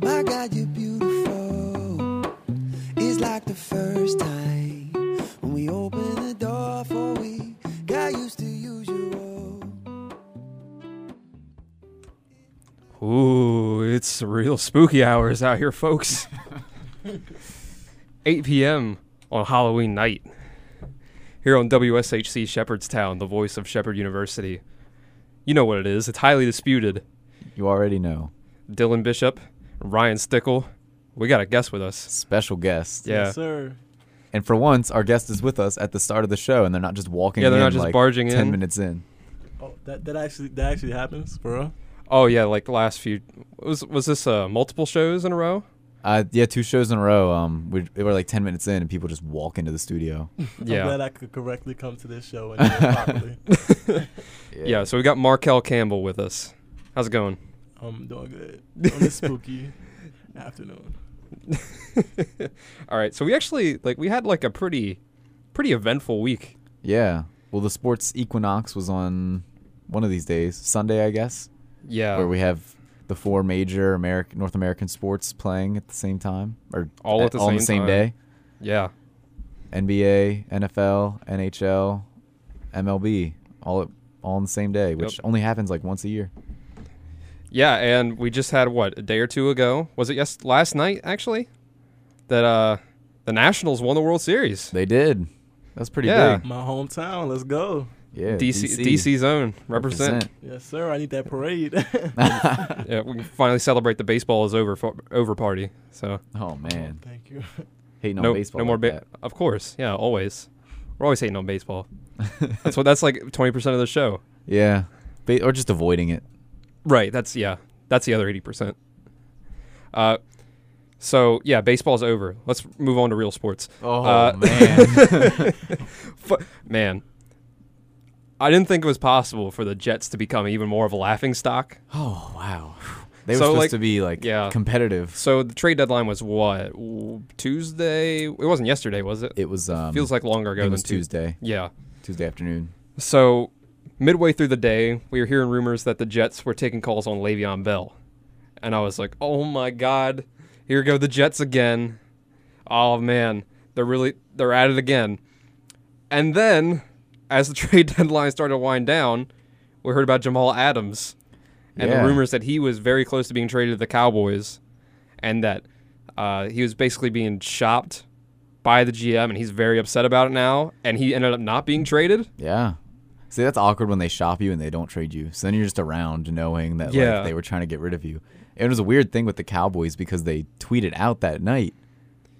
God, you're beautiful. It's like the first time when we opened the door for we got used to usual. Ooh, it's real spooky hours out here, folks. 8 p.m. on Halloween night here on WSHC Shepherdstown, the voice of Shepherd University. You know what it is. It's highly disputed. You already know. Dylan Bishop, Ryan Stickle. We got a guest with us. Special guest. Yeah. Yes, sir. And for once, our guest is with us at the start of the show, and they're not just walking Yeah, they're in not just like barging 10 in. minutes in. Oh, that that actually that actually happens for real. Oh yeah, like the last few was was this uh, multiple shows in a row? Uh, yeah, two shows in a row. Um, we, we were like 10 minutes in, and people just walk into the studio. Yeah. I'm glad I could correctly come to this show and do it properly. Yeah, so we got Markel Campbell with us. How's it going? I'm doing good on this spooky afternoon. All right, so we actually like we had like a pretty pretty eventful week. Yeah. Well, the sports equinox was on one of these days, Sunday, I guess, Yeah. where we have the four major American North American sports playing at the same time, or All at the on the same same time. day. yeah. NBA, NFL, NHL, MLB, all at, all on the same day, which Yep. only happens like once a year. Yeah, and we just had what a day or two ago. Was it yes last night actually? That uh the Nationals won the World Series. They did. That's pretty Yeah. big. My hometown, let's go. Yeah. DC, DC zone represent. Yes, sir. I need that parade. yeah, we can finally celebrate the baseball is over for, over party. So Oh man, Thank you. hating on no baseball. no more like ba- of course. Yeah, always. We're always hating on baseball. that's what that's like 20% of the show. that. Yeah, ba- or just avoiding it. Right. That's yeah. That's the other eighty percent. Uh, so yeah, baseball's over. Let's move on to real sports. Oh Uh, man, Fu- man, I didn't think it was possible for the Jets to become even more of a laughing stock. oh wow. They were So, supposed like- to be like yeah. competitive. So the trade deadline was what w- Tuesday? It wasn't yesterday, was it? It was um, Feels like longer ago it than was Tues- Tuesday, Yeah. Tuesday afternoon. So midway through the day, we were hearing rumors that the Jets were taking calls on Le'Veon Bell, and I was like, "Oh my God, here go the Jets again! Oh man, they're really they're at it again." And then, as the trade deadline started to wind down, we heard about Jamal Adams and Yeah. the rumors that he was very close to being traded to the Cowboys, and that uh, he was basically being shopped by the GM, and he's very upset about it now. And he ended up not being traded. Yeah. See, that's awkward when they shop you and they don't trade you. So then you're just around knowing that Yeah. like, they were trying to get rid of you. It was a weird thing with the Cowboys because they tweeted out that night.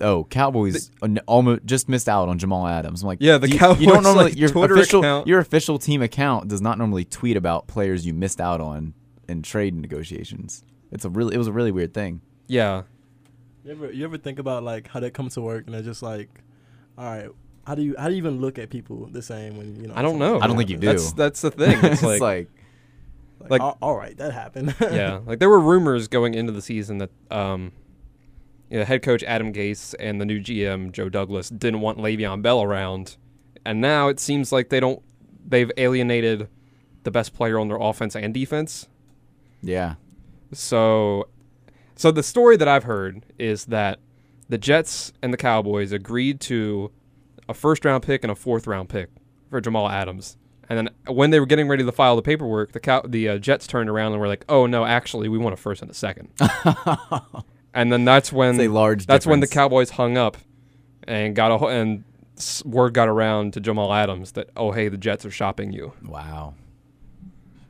Oh, Cowboys almost just missed out on Jamal Adams. I'm like, Yeah, the you, Cowboys, You don't normally like, your Twitter official account- your official team account does not normally tweet about players you missed out on in trade negotiations. It's a really it was a really weird thing. Yeah. You ever you ever think about like how they come to work and they're just like, all right, how do you how do you even look at people the same when you know? I don't something know. like I don't that think you happens? do. That's that's the thing. It's like, Like, Like- all, all right, that happened. yeah, like there were rumors going into the season that um, you know, head coach Adam Gase and the new GM Joe Douglas didn't want Le'Veon Bell around, and now it seems like they don't. They've alienated the best player on their offense and defense. Yeah. So, so the story that I've heard is that the Jets and the Cowboys agreed to a first round pick and a fourth round pick for Jamal Adams. And then when they were getting ready to file the paperwork, the cow- the uh, Jets turned around and were like, "Oh no, actually, we want a first and a second. and then that's when It's a large that's when the difference. Cowboys hung up and got a ho- and s- word got around to Jamal Adams that oh hey, the Jets are shopping you. Wow.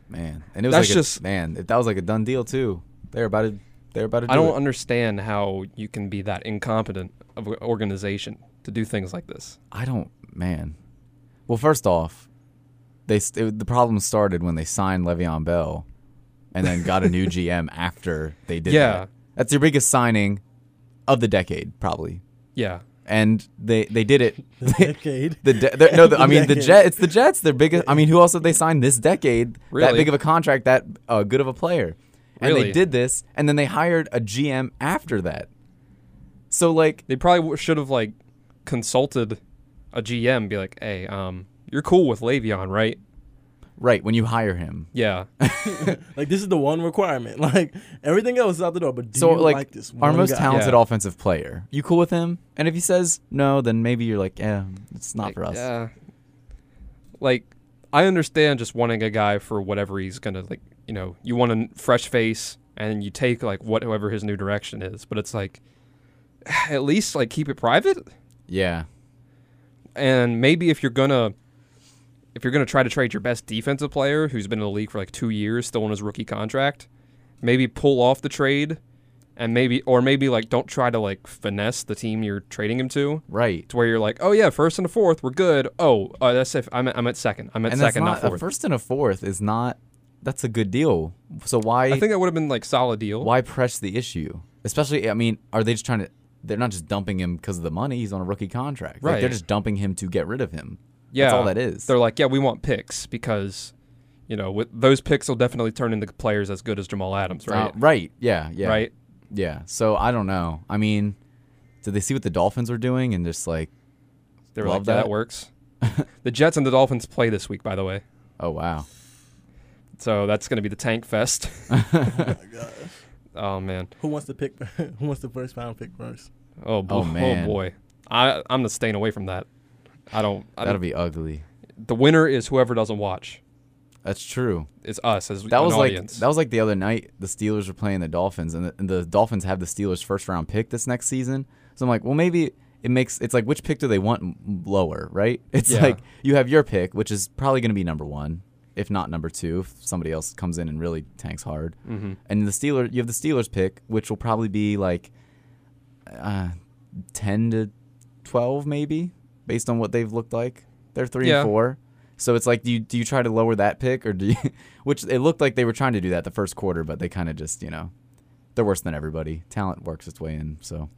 Man. And it was That's like a- just- man, if that was like a done deal too. They're about to they're about to do I don't it. understand how you can be that incompetent of an organization to do things like this. I don't, man. Well, first off, they st- the problem started when they signed Le'Veon Bell, and then got a new GM after they did. Yeah. that. that's their biggest signing of the decade, probably. Yeah. And they they did it. The decade. The de- they're- no, the, I mean the Decade. Jet. It's the Jets. Their biggest. I mean, who else did they sign this decade? That Really? big of a contract, that uh, good of a player. And Really? they did this, and then they hired a GM after that. So like, They probably w- should have like consulted a GM, be like, "Hey, um, you're cool with Le'Veon, right? Right, when you hire him. Yeah. Like this is the one requirement. Like everything else is out the door. But do so you like, like, this one our most guy? talented Yeah. offensive player. You cool with him? And if he says no, then maybe you're like, yeah, it's not for us. Yeah. Like, I understand just wanting a guy for whatever he's gonna like. You know, you want a fresh face, and you take like whatever his new direction is. But it's like, at least like keep it private. Yeah. And maybe if you're gonna, if you're gonna try to trade your best defensive player who's been in the league for like two years, still on his rookie contract, maybe pull off the trade, and maybe or maybe like don't try to like finesse the team you're trading him to. Right. to where you're like, oh yeah, first and a fourth, we're good. Oh, uh, that's if I'm at, I'm at second. I'm at and that's second, not, not- a fourth. first and a fourth is not. That's a good deal. So why? I think that would have been like solid deal. why press the issue? Especially, I mean, are they just trying to? They're not just dumping him because of the money. He's on a rookie contract. Like, they're Right. just dumping him to get rid of him. Yeah, That's all that is. They're like, yeah, we want picks because, you know, with those picks will definitely turn into players as good as Jamal Adams, Uh, right? right. Yeah. Yeah. Right. Yeah. So I don't know. I mean, did they see what the Dolphins were doing and just like, They were Love like, yeah, that that. works. the Jets and the Dolphins play this week, by the way, oh wow, so that's going to be the tank fest. Oh my gosh. oh man, Who wants to pick? who wants the first round pick first? oh, bo- Oh, oh man. boy, I I'm not staying away from that. I don't. I that'll don't be ugly. the winner is whoever doesn't watch. That's true. It's us as That an was like audience. that was like the other night. The Steelers were playing the Dolphins, and the, and the Dolphins have the Steelers' first round pick this next season. So I'm like, well, maybe it makes it's like which pick do they want m- lower, right? It's Yeah. like you have your pick, which is probably going to be number one, if not number two, if somebody else comes in and really tanks hard. Mm-hmm. And the Steeler, you have the Steelers' pick, which will probably be like uh, ten to twelve, maybe based on what they've looked like. They're three Yeah. and four. So it's like, do you do you try to lower that pick, or do you? Which it looked like they were trying to do that the first quarter, but they kind of just you know, they're worse than everybody. Talent works its way in. So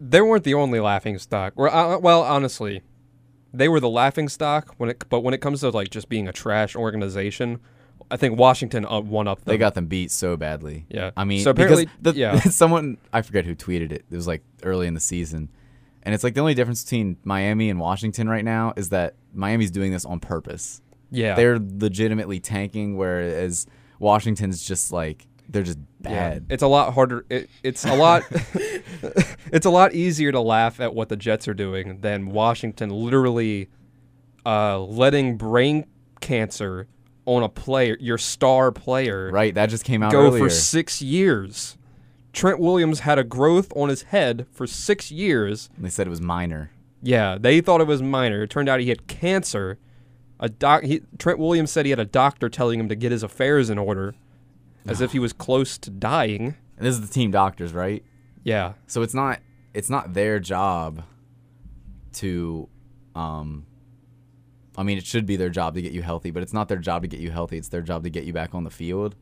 they weren't the only laughing stock. Well, uh, well, honestly, they were the laughing stock when it. But when it comes to like just being a trash organization, I think Washington uh, one up them. they got them beat so badly. Yeah. I mean, So because apparently- the, yeah. someone I forget who tweeted it. It was like early in the season, and it's like the only difference between Miami and Washington right now is that Miami's doing this on purpose. yeah. They're legitimately tanking, whereas Washington's just like they're just yeah. bad. It's a lot harder. It, it's a lot. it's a lot easier to laugh at what the Jets are doing than Washington literally uh, letting brain cancer on a player, your star player, Right, that just came out go earlier. for six years. Trent Williams had a growth on his head for six years. And they said it was minor. Yeah, they thought it was minor. It turned out he had cancer. A doc, he, Trent Williams said he had a doctor telling him to get his affairs in order, as if he was close to dying. And this is the team doctors, right? Yeah, So it's not it's not their job to um I mean it should be their job to get you healthy, but it's not their job to get you healthy. It's their job to get you back on the field.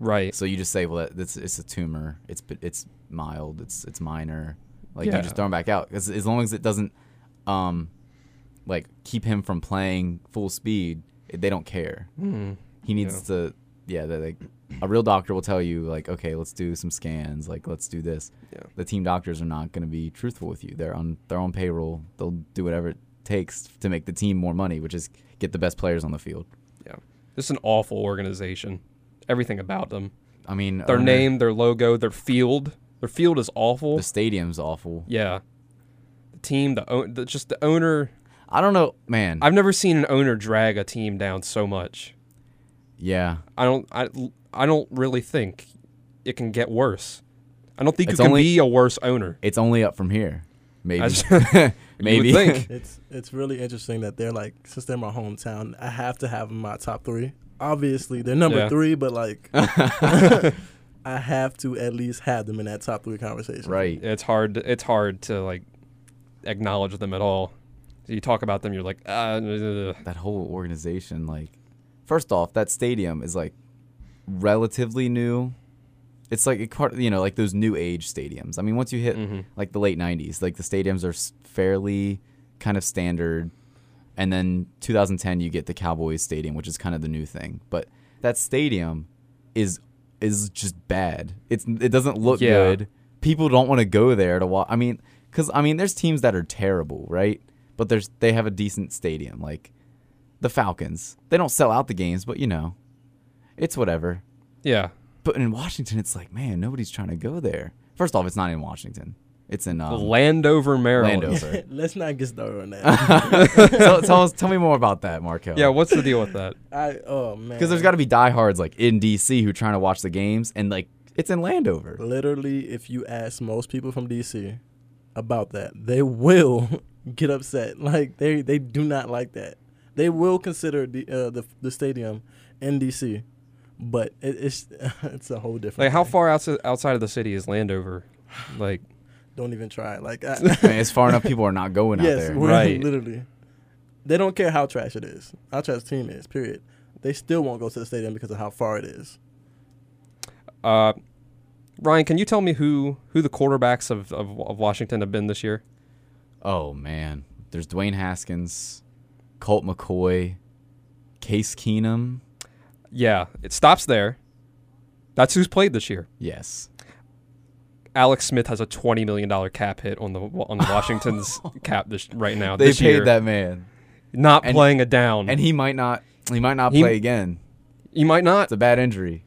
right. So you just say, well, that- that's it's a tumor. It's it's mild. It's it's minor. Like Yeah. you just throw him back out 'Cause as long as it doesn't, um, like keep him from playing full speed. They don't care. Hmm. He needs to. Yeah, they like a real doctor will tell you like, okay, let's do some scans. Like let's do this. Yeah. The team doctors are not going to be truthful with you. They're on their own payroll. They'll do whatever it takes to make the team more money, which is get the best players on the field. Yeah, this is an awful organization. Everything about them, I mean, their owner- name, their logo, their field. Their field is awful. the stadium's awful. yeah, the team, the, own the just the owner. I don't know, man. I've never seen an owner drag a team down so much. yeah. I don't I, I don't really think it can get worse. I don't think It's you can only- be a worse owner. it's only up from here. Maybe. That's- Maybe. You would think. It's it's really interesting that they're like since they're my hometown, I have to have 'em in my top three. Obviously, they're number Yeah. three, but like I have to at least have them in that top three conversation. right. It's hard it's hard to like acknowledge them at all. You talk about them, you're like, uh, ugh." That whole organization, like, first off, that stadium is like relatively new. It's like a part, you know, like those new age stadiums. I mean, once you hit like the late '90s, like the stadiums are s- fairly kind of standard. And then 2010, you get the Cowboys Stadium, which is kind of the new thing. But that stadium is is just bad. It's it doesn't look Yeah. good. People don't want to go there to watch. I mean, because I mean, there's teams that are terrible, right? But there's they have a decent stadium. Like the Falcons. They don't sell out the games, but you know, it's whatever. Yeah. But in Washington, it's like, man, nobody's trying to go there. First off, it's not in Washington. It's in um, Landover, Maryland. Landover. Let's not get started on that. tell, tell us, tell me more about that, Marco. Yeah, what's the deal with that? I, oh man, because there's got to be diehards like in DC who are trying to watch the games, and like it's in Landover. literally, if you ask most people from DC about that, they will get upset. Like they they do not like that. They will consider the uh, the the stadium in DC, but it, it's it's a whole different. Like, how thing. far outside outside of the city is Landover? Like, Don't even try. Like I, I mean, it's far enough people are not going out yes, there. we're Right. literally. They don't care how trash it is, how trash the team is. Period. They still won't go to the stadium because of how far it is. uh, Ryan, can you tell me who who the quarterbacks of, of, of Washington have been this year? Oh man, there's Dwayne Haskins, Colt McCoy, Case Keenum. Yeah, it stops there. That's who's played this year. Yes, Alex Smith has a twenty million dollar cap hit on the on Washington's cap this right now. they this paid year. that man, not and- playing a down, and and he might not. He might not He- play again. you might not. It's a bad injury.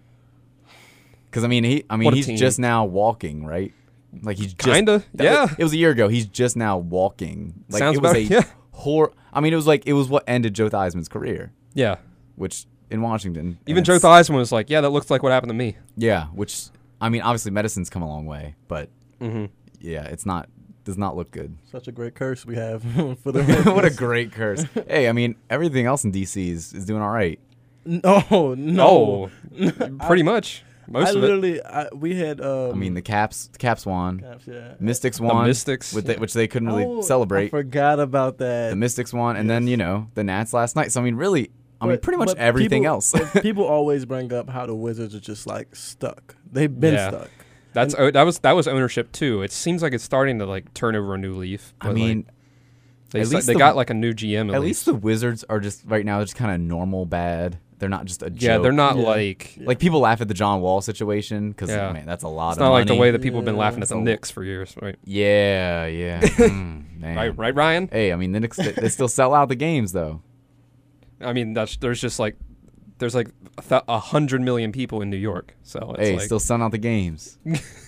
Because I mean, he. I mean, What a he's team. just now walking, right? Like he's just- Kinda, that- yeah. It was a year ago. He's just now walking. Like Sounds it was about- a yeah. hor- I mean, it was like it was what ended Joe Theismann's career, Yeah, which in Washington. even and Joe it's- Theismann was like, "Yeah, that looks like what happened to me." Yeah, which I mean, obviously, medicine's come a long way, but yeah, it's not does not look good. Such a great curse we have for the what a great curse. Hey, I mean, everything else in DC is, is doing all right. no no. Oh, pretty much most I of it. literally, I, we had. Um, I mean, the Caps, the Caps won, yeah. Mystics won, Mystics, with the- yeah. which they couldn't really Oh, I celebrate. forgot about that. the Mystics won, and then you know the Nats last night. So I mean, really, I mean, But- pretty much but everything people- else. but people always bring up how the Wizards are just like stuck. They've been Yeah. stuck. That's oh, that was that was ownership too. It seems like it's starting to like turn over a new leaf. but, I like, mean, they, at sta- least they the- got like a new GM at, at least the Wizards are just right now just kind of normal bad. They're not just a joke. yeah, they're not Yeah. like like people laugh at the John Wall situation because Yeah. man, that's a lot. it's of not like the money. way that people have been Yeah. laughing at the So- Knicks for years, right? Yeah, yeah. Mm, man. Right, right, Ryan. Hey, I mean, the Knicks they, they still sell out the games though. I mean, that's there's just like there's like a th- a hundred million people in New York, so it's hey, like, still selling out the games.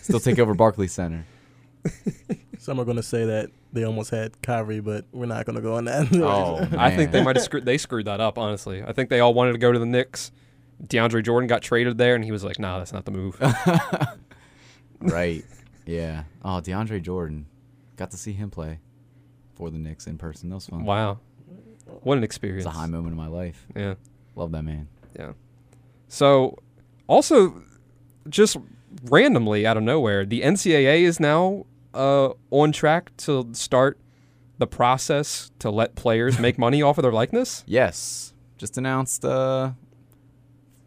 still take over Barclays Center. Some are going to say that they almost had Kyrie, but we're not going to go on that. Oh, I think they man. might have screwed they screwed that up. Honestly, I think they all wanted to go to the Knicks. DeAndre Jordan got traded there, and he was like, "Nah, that's not the move." Right. Yeah. Oh, DeAndre Jordan. Got to see him play for the Knicks in person. That was fun. wow, what an It experience! was a high moment in my life. yeah. Love that man. Yeah. So, also, just randomly out of nowhere, the NCAA is now uh, on track to start the process to let players make money off of their likeness. Yes, just announced uh, a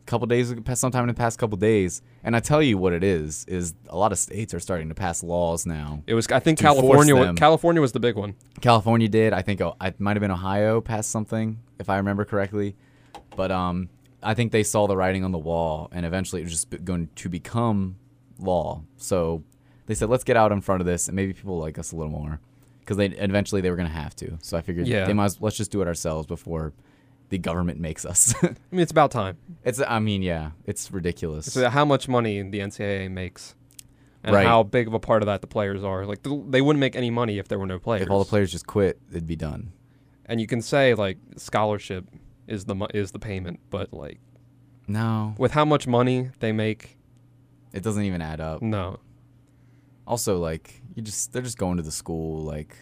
couple days ago, past- sometime in the past couple days. And I tell you what it is is a lot of states are starting to pass laws now. It was, I think, To force California. wa- them. California was the big one. California did. I think oh, it might have been Ohio passed something if I remember correctly. But um, I think they saw the writing on the wall, and eventually it was just be- going to become law. So they said, let's get out in front of this, and maybe people like us a little more, because they eventually they were going to have to. So I figured Yeah. they might as let's just do it ourselves before the government makes us. I mean, it's about time. It's. I mean, yeah, it's ridiculous. So how much money the NCAA makes, and Right. how big of a part of that the players are. Like th- they wouldn't make any money if there were no players. if all the players just quit, it'd be done. and you can say like scholarship is the mo- is the payment, but like No, with how much money they make, it doesn't even add up. no. Also, like you just they're just going to the school. Like,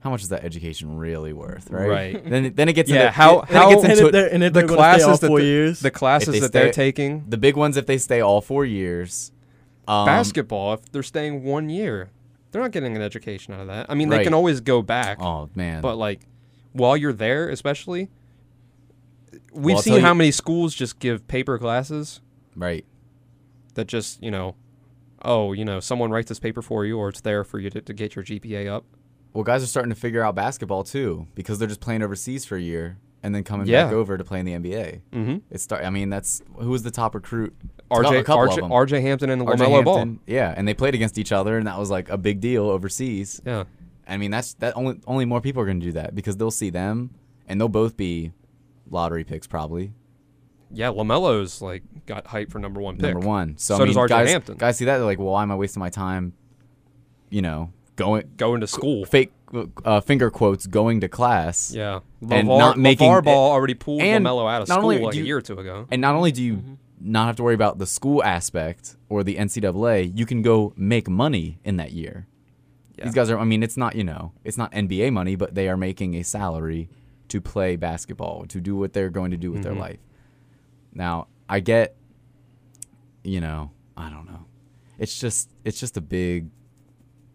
how much is that education really worth, right? Right. Then then it gets Yeah, into how- then it how- gets and into if they're, and if the they're gonna stay all classes that four the, years. the classes they that they're stay- taking the big ones if they stay all four years. Um, basketball if they're staying one year they're not getting an education out of that i mean they Right. can always go back Oh man. but like while you're there especially we've I'll seen tell how you- many schools just give paper classes right. that just you know oh you know someone writes this paper for you or it's there for you to, to get your gpa up Well, guys are starting to figure out basketball too because they're just playing overseas for a year and then coming Yeah. back over to play in the NBA. Mm-hmm. It's start. I mean, that's who was the top recruit? rj a couple of RJ, them. RJ hampton and the RJ LaMelo ball Hampton, Yeah, and they played against each other, and that was like a big deal overseas. yeah I mean, that's that only only more people are going to do that because they'll see them, and they'll both be lottery picks probably. Yeah, Lamelo's like got hype for number one pick. number one. So, So I mean, does RJ guys, Hampton. guys see that they're like, well, why am I wasting my time? You know, going going to school. fake uh, finger quotes going to class. Yeah, And not making- LeVar Ball already pulled and Lamelo out of not school only like a do you- year or two ago. And not only do you not have to worry about the school aspect or the NCAA, you can go make money in that year. These guys are. I mean, it's not you know, it's not NBA money, but they are making a salary to play basketball to do what they're going to do with their life. Now, I get. You know, I don't know. It's just it's just a big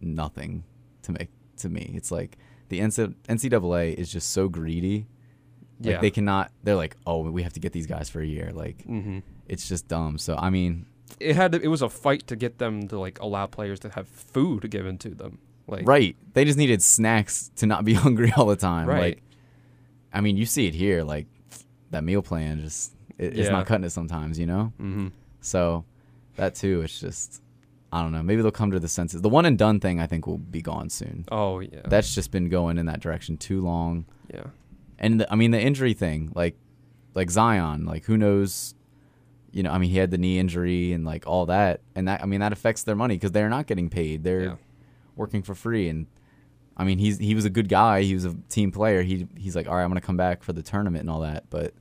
nothing to make to me. It's like the NCAA is just so greedy. Like Yeah. Mm. they cannot. They're like, oh, we have to get these guys for a year. Like, it's just dumb. So I mean, Mm-hmm. It had to, it was a fight to get them to like allow players to have food given to them. Like right? They just needed snacks to not be hungry all the time. Right. Like, I mean, you see it here. Like that meal plan just it, Yeah. it's not cutting it sometimes. You know. Mm-hmm. So that too, it's just I don't know. Maybe they'll come to the senses. The one and done thing I think will be gone soon. Oh yeah. That's just been going in that direction too long. yeah. and the, I mean the injury thing, like like Zion, like who knows, you know, I mean he had the knee injury and like all that, and that I mean that affects their money because they're not getting paid, they're Yeah. working for free, and I mean he's he was a good guy, he was a team player, he he's like all right, I'm gonna come back for the tournament and all that, but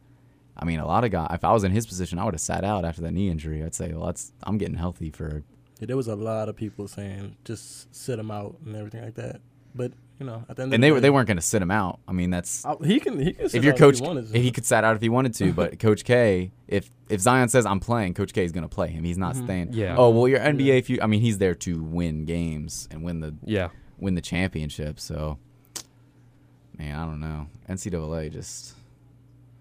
I mean a lot of guys, if I was in his position, I would have sat out after that knee injury, I'd say well that's I'm getting healthy for Yeah, there was a lot of people saying just sit him out and everything like that. But you know, at the end of and the they were day- they weren't gonna sit him out, I mean that's I- he can he can. Sit if your out coach, he wanted to. he could sat out if he wanted to, but Coach K, if if Zion says I'm playing, Coach K is going to play him. He's not staying. Mm-hmm. Yeah. Oh well, your NBA. If you, I mean, he's there to win games and win the Yeah. win the championship. So, man, I don't know. NCAA just.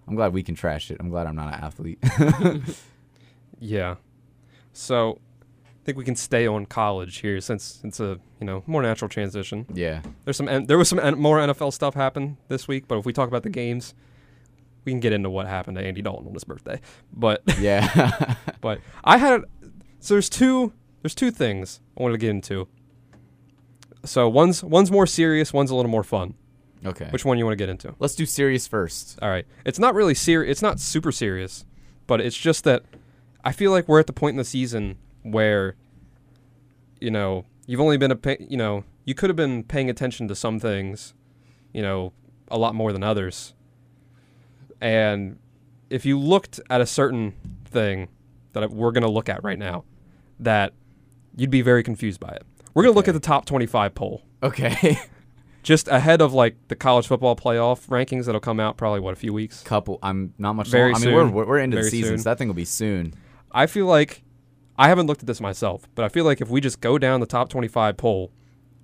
I'm glad we can trash it. I'm glad I'm not an athlete. Yeah. So I think we can stay on college here since it's a, you know, more natural transition. yeah. There's some N- there was some N- more NFL stuff happen this week, but if we talk about the games, we can get into what happened to Andy Dalton on his birthday. But Yeah. but I had so there's two there's two things I wanted to get into. So one's one's more serious, one's a little more fun. okay. Which Uh, one you want to get into? Let's do serious first. All right. It's not really serious. It's not super serious, but it's just that I feel like we're at the point in the season where, you know, you've only been a, pa- you know, you could have been paying attention to some things, you know, a lot more than others. And if you looked at a certain thing that I- we're going to look at right now, that you'd be very confused by it. We're going to look at Okay. the top 25 poll Okay. just ahead of like the college football playoff rankings that'll come out probably what a few weeks. Couple. I'm not much. Very long- I mean, soon. we're we're into the Very season, soon. so that thing will be soon. I feel like I haven't looked at this myself, but I feel like if we just go down the top 25 poll,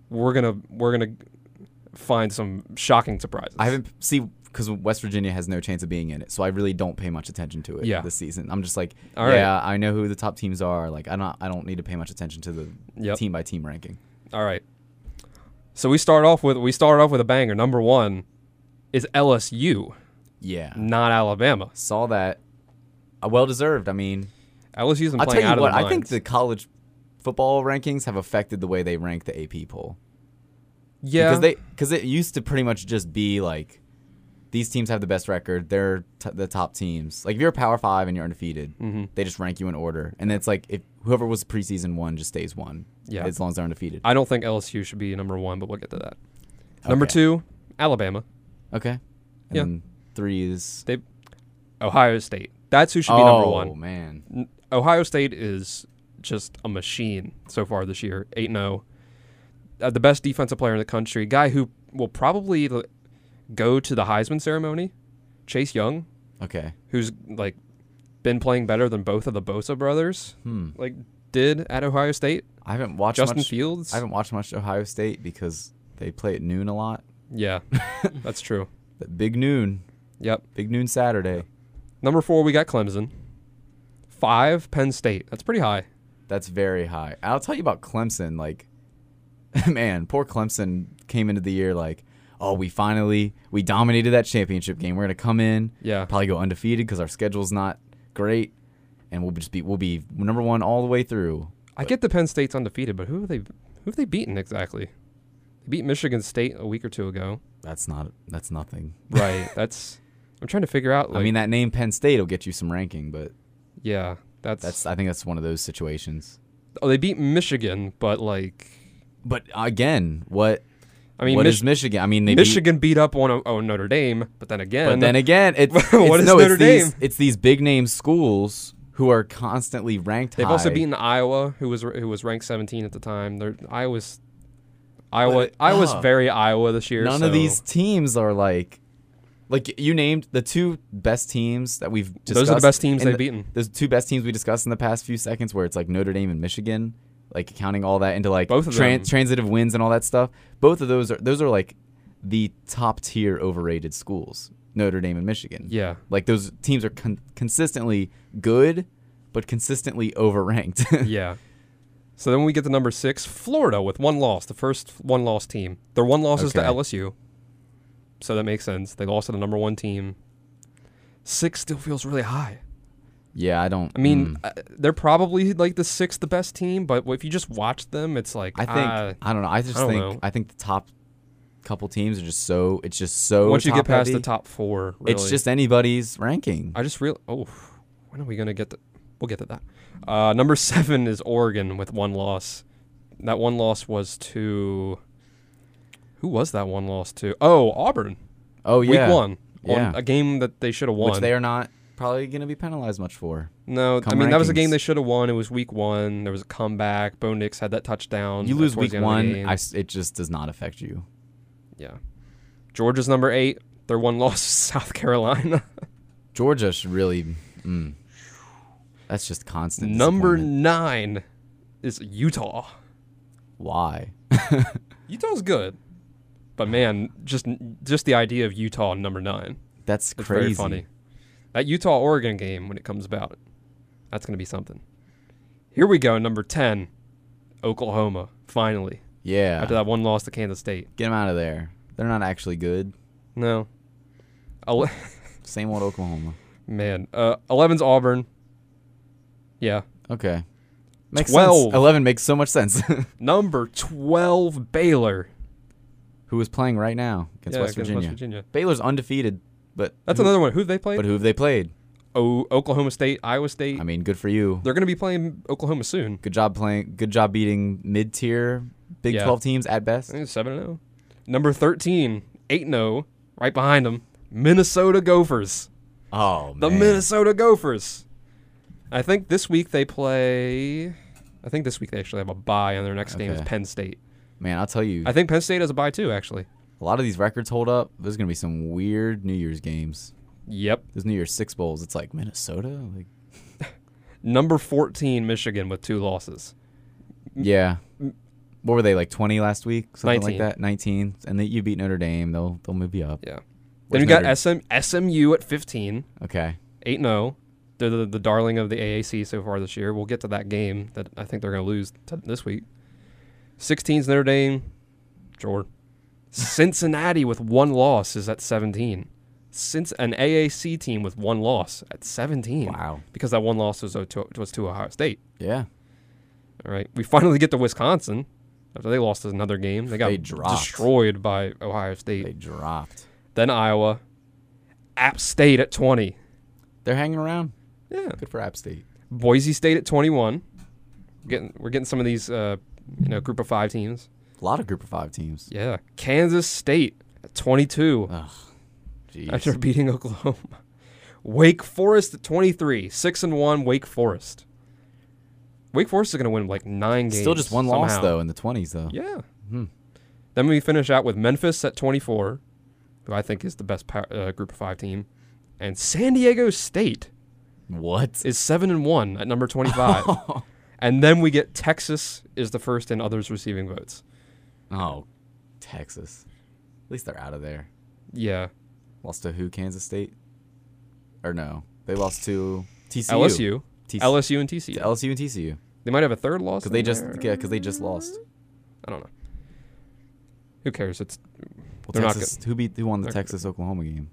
we're going to we're going to find some shocking surprises. I haven't see because West Virginia has no chance of being in it, so I really don't pay much attention to it Yeah. this season. I'm just like, All right. yeah, I know who the top teams are. Like, I don't, I don't need to pay much attention to the Yep. team by team ranking. All right. So we start off with we start off with a banger. Number 1 is LSU, Yeah, not Alabama. saw that. Uh, well deserved. I mean, LSU's been I'll playing tell out you what, of their I think minds. the college football rankings have affected the way they rank the AP poll. yeah. because they because it used to pretty much just be like these teams have the best record. They're t- the top teams. Like if you're a Power Five and you're undefeated, Mm-hmm. they just rank you in order, and it's like if whoever was preseason one just stays one. Yeah. as long as they're undefeated. I don't think LSU should be number 1, but we'll get to that. Number Okay. 2, Alabama. okay. And Yeah. then Three is They Ohio State. That's who should be number oh 1. man, N- Ohio State is just a machine so far this year. 8 0. Uh, the best defensive player in the country. Guy who will probably l- go to the Heisman ceremony. Chase Young, okay, who's like been playing better than both of the Bosa brothers, like did at Ohio State. Hmm. I haven't watched Justin much, Fields. I haven't watched much Ohio State because they play at noon a lot. yeah, that's true. The big noon, Yep. big noon Saturday. Number four, we got Clemson. Five, Penn State. That's pretty high. That's very high. And I'll tell you about Clemson. Like, man, poor Clemson came into the year like, oh, we finally we dominated that championship game. We're gonna come in, Yeah. probably go undefeated because our schedule's not great, and we'll just be we'll be number one all the way through. I get the Penn State's undefeated, but who have they who have they beaten exactly? They beat Michigan State a week or two ago. That's not that's nothing. Right. That's I'm trying to figure out. Like, I mean, that name Penn State will get you some ranking, but yeah, that's, that's I think that's one of those situations. Oh, they beat Michigan, but like, But again, what I mean, what Mich- is Michigan? I mean, they beat- Michigan beat up on, on Notre Dame, but then again, But then again, it's, What it's- is no, Notre it's these, Dame? it's these big name schools who are constantly ranked they've also high. beaten Iowa, who was who was ranked 17 at the time. They're, Iowa's Iowa, But- Iowa's oh. very Iowa this year. None so- of these teams are like, like you named the two best teams that we've. Discussed Those are the best teams in they've the- beaten. Those two best teams we discussed in the past few seconds, where it's like Notre Dame and Michigan, like counting all that into like Both of tran- them. transitive wins and all that stuff. Both of those are those are like the top tier overrated schools. Notre Dame and Michigan. Yeah. Like those teams are con- consistently good, but consistently overranked. yeah. So then we get to number six, Florida with one loss, the first one loss team. Their one loss is to Okay. LSU. So that makes sense. They lost to the number one team. Six still feels really high. yeah, I don't. I mean, mm. uh, they're probably like the sixth, the best team, but if you just watch them, it's like I think ah, I don't know. I just I don't think know. I think the top couple teams are just so it's just so once you get past the top-heavy. top four, really. it's just anybody's ranking. I just real. Oh, when are we gonna get to? We'll get to that. Uh, number seven is Oregon with one loss. That one loss was to. Who was that one loss to? Oh, Auburn. oh Week yeah, one. Yeah. On a game that they should have won. which they are not probably going to be penalized much for. no, I come mean that was a game rankings. they should have won. It was week one. There was a comeback. Bo Nix had that touchdown. You uh, lose towards week the end of the one, game. I s it just does not affect you. yeah. Georgia's number eight. Their one loss to South Carolina. Georgia should really. Mm, that's just constant. number disappointment. nine is Utah. why? Utah's good, but man, just just the idea of Utah number nine. That's It's crazy. very funny. That Utah Oregon game when it comes about, that's gonna be something. Here we go, number ten, Oklahoma. Finally, Yeah, after that one loss to Kansas State. get them out of there. They're not actually good. No, Ele- Same old Oklahoma. man, uh, 11's Auburn. Yeah, Okay. Makes 12. sense. 11 makes so much sense. number twelve Baylor. who is playing right now against, Yeah, West, against Virginia. West Virginia. Baylor's undefeated, but That's who, another one. Who have they played? But who have they played? oh, Oklahoma State, Iowa State. I mean, good for you. They're gonna be playing Oklahoma soon. Good job playing. Good job beating mid-tier Big Yeah. 12 teams at best. Seven and zero. Number thirteen, eight and zero, right behind them. Minnesota Gophers. Oh man. The Minnesota Gophers. I think this week they play. I think this week they actually have a bye, and their next game is Okay. Penn State. Man, I'll tell you. I think Penn State has a bye too, actually. a lot of these records hold up. There's going to be some weird New Year's games. Yep. Those New Year's 6 bowls. It's like Minnesota? Like Number fourteen, Michigan with two losses. Yeah. What were they like 20 last week? Something 19. like that. 19. And then you beat Notre Dame. They'll they'll move you up. Yeah. Where's then you Notre- got SM, SMU at 15, Okay. 8 0. oh. They're the, the darling of the AAC so far this year. We'll get to that game that I think they're going to lose t- this week. 16's Notre Dame. Sure. Cincinnati with one loss is at 17. Since an AAC team with one loss at 17. Wow. Because that one loss was o- to, was to Ohio State. Yeah. All right. We finally get to Wisconsin after they lost another game. They got They dropped. destroyed by Ohio State. They dropped. then Iowa. App State at 20. They're hanging around. Yeah. Good for App State. Boise State at 21. We're getting we're getting some of these uh, you know group of 5 teams. A lot of group of five teams. Yeah. Kansas State at 22 Ugh. Jeez. after beating Oklahoma. Wake Forest at 23, 6 and 1 Wake Forest. Wake Forest is going to win like 9 games. Still just one loss somehow. though Hmm. in the twenties though. Yeah. Then we finish out with Memphis at 24, who I think is the best power, uh, group of 5 team, and San Diego State What? is seven and one at number twenty five. and then we get Texas is the first in others receiving votes. Oh, Texas. At least they're out of there. Yeah. Lost to who? Kansas State? Or no? They lost to TCU. LSU. TC LSU and TCU. To LSU and TCU they might have a third loss. because they in just there. yeah, 'cause they just lost. I don't know. Who cares? It's Well, They're not Texas, who beat who won the they're- Texas Oklahoma game?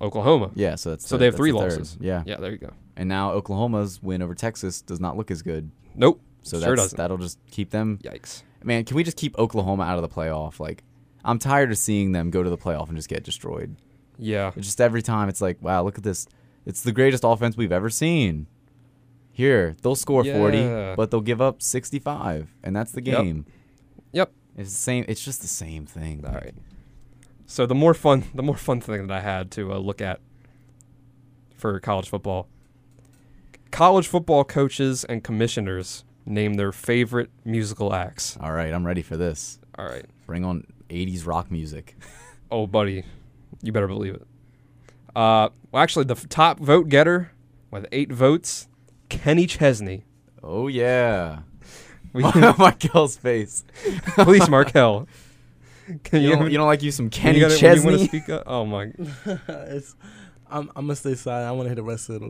Oklahoma. Yeah, so that's So the- they have that's three the third. losses. Yeah. Yeah, there you go. and now Oklahoma's win over Texas does not look as good. Nope. So sure that's, doesn't. that'll just keep them Yikes. Man, can we just keep Oklahoma out of the playoff? Like, I'm tired of seeing them go to the playoff and just get destroyed. Yeah. It's just every time it's like, wow, look at this. It's the greatest offense we've ever seen. Here, they'll score 40, Yeah. but they'll give up 65, and that's the Yep. game. Yep. It's the same it's just the same thing. All right. So the more fun, the more fun thing that I had to uh, look at for college football. College football coaches and commissioners name their favorite musical acts. All right, I'm ready for this. All right. Bring on 80s rock music. Oh, buddy, you better believe it. Uh, well, actually, the f- top vote getter with eight votes, Kenny Chesney. Oh yeah. We- My girl's face. Police Markel. Can You you, don't, you don't like you some can Kenny you gotta- when you wanna Chesney? speak up? Oh my. it's, I'm, I'm gonna stay silent. I want to hear the rest of the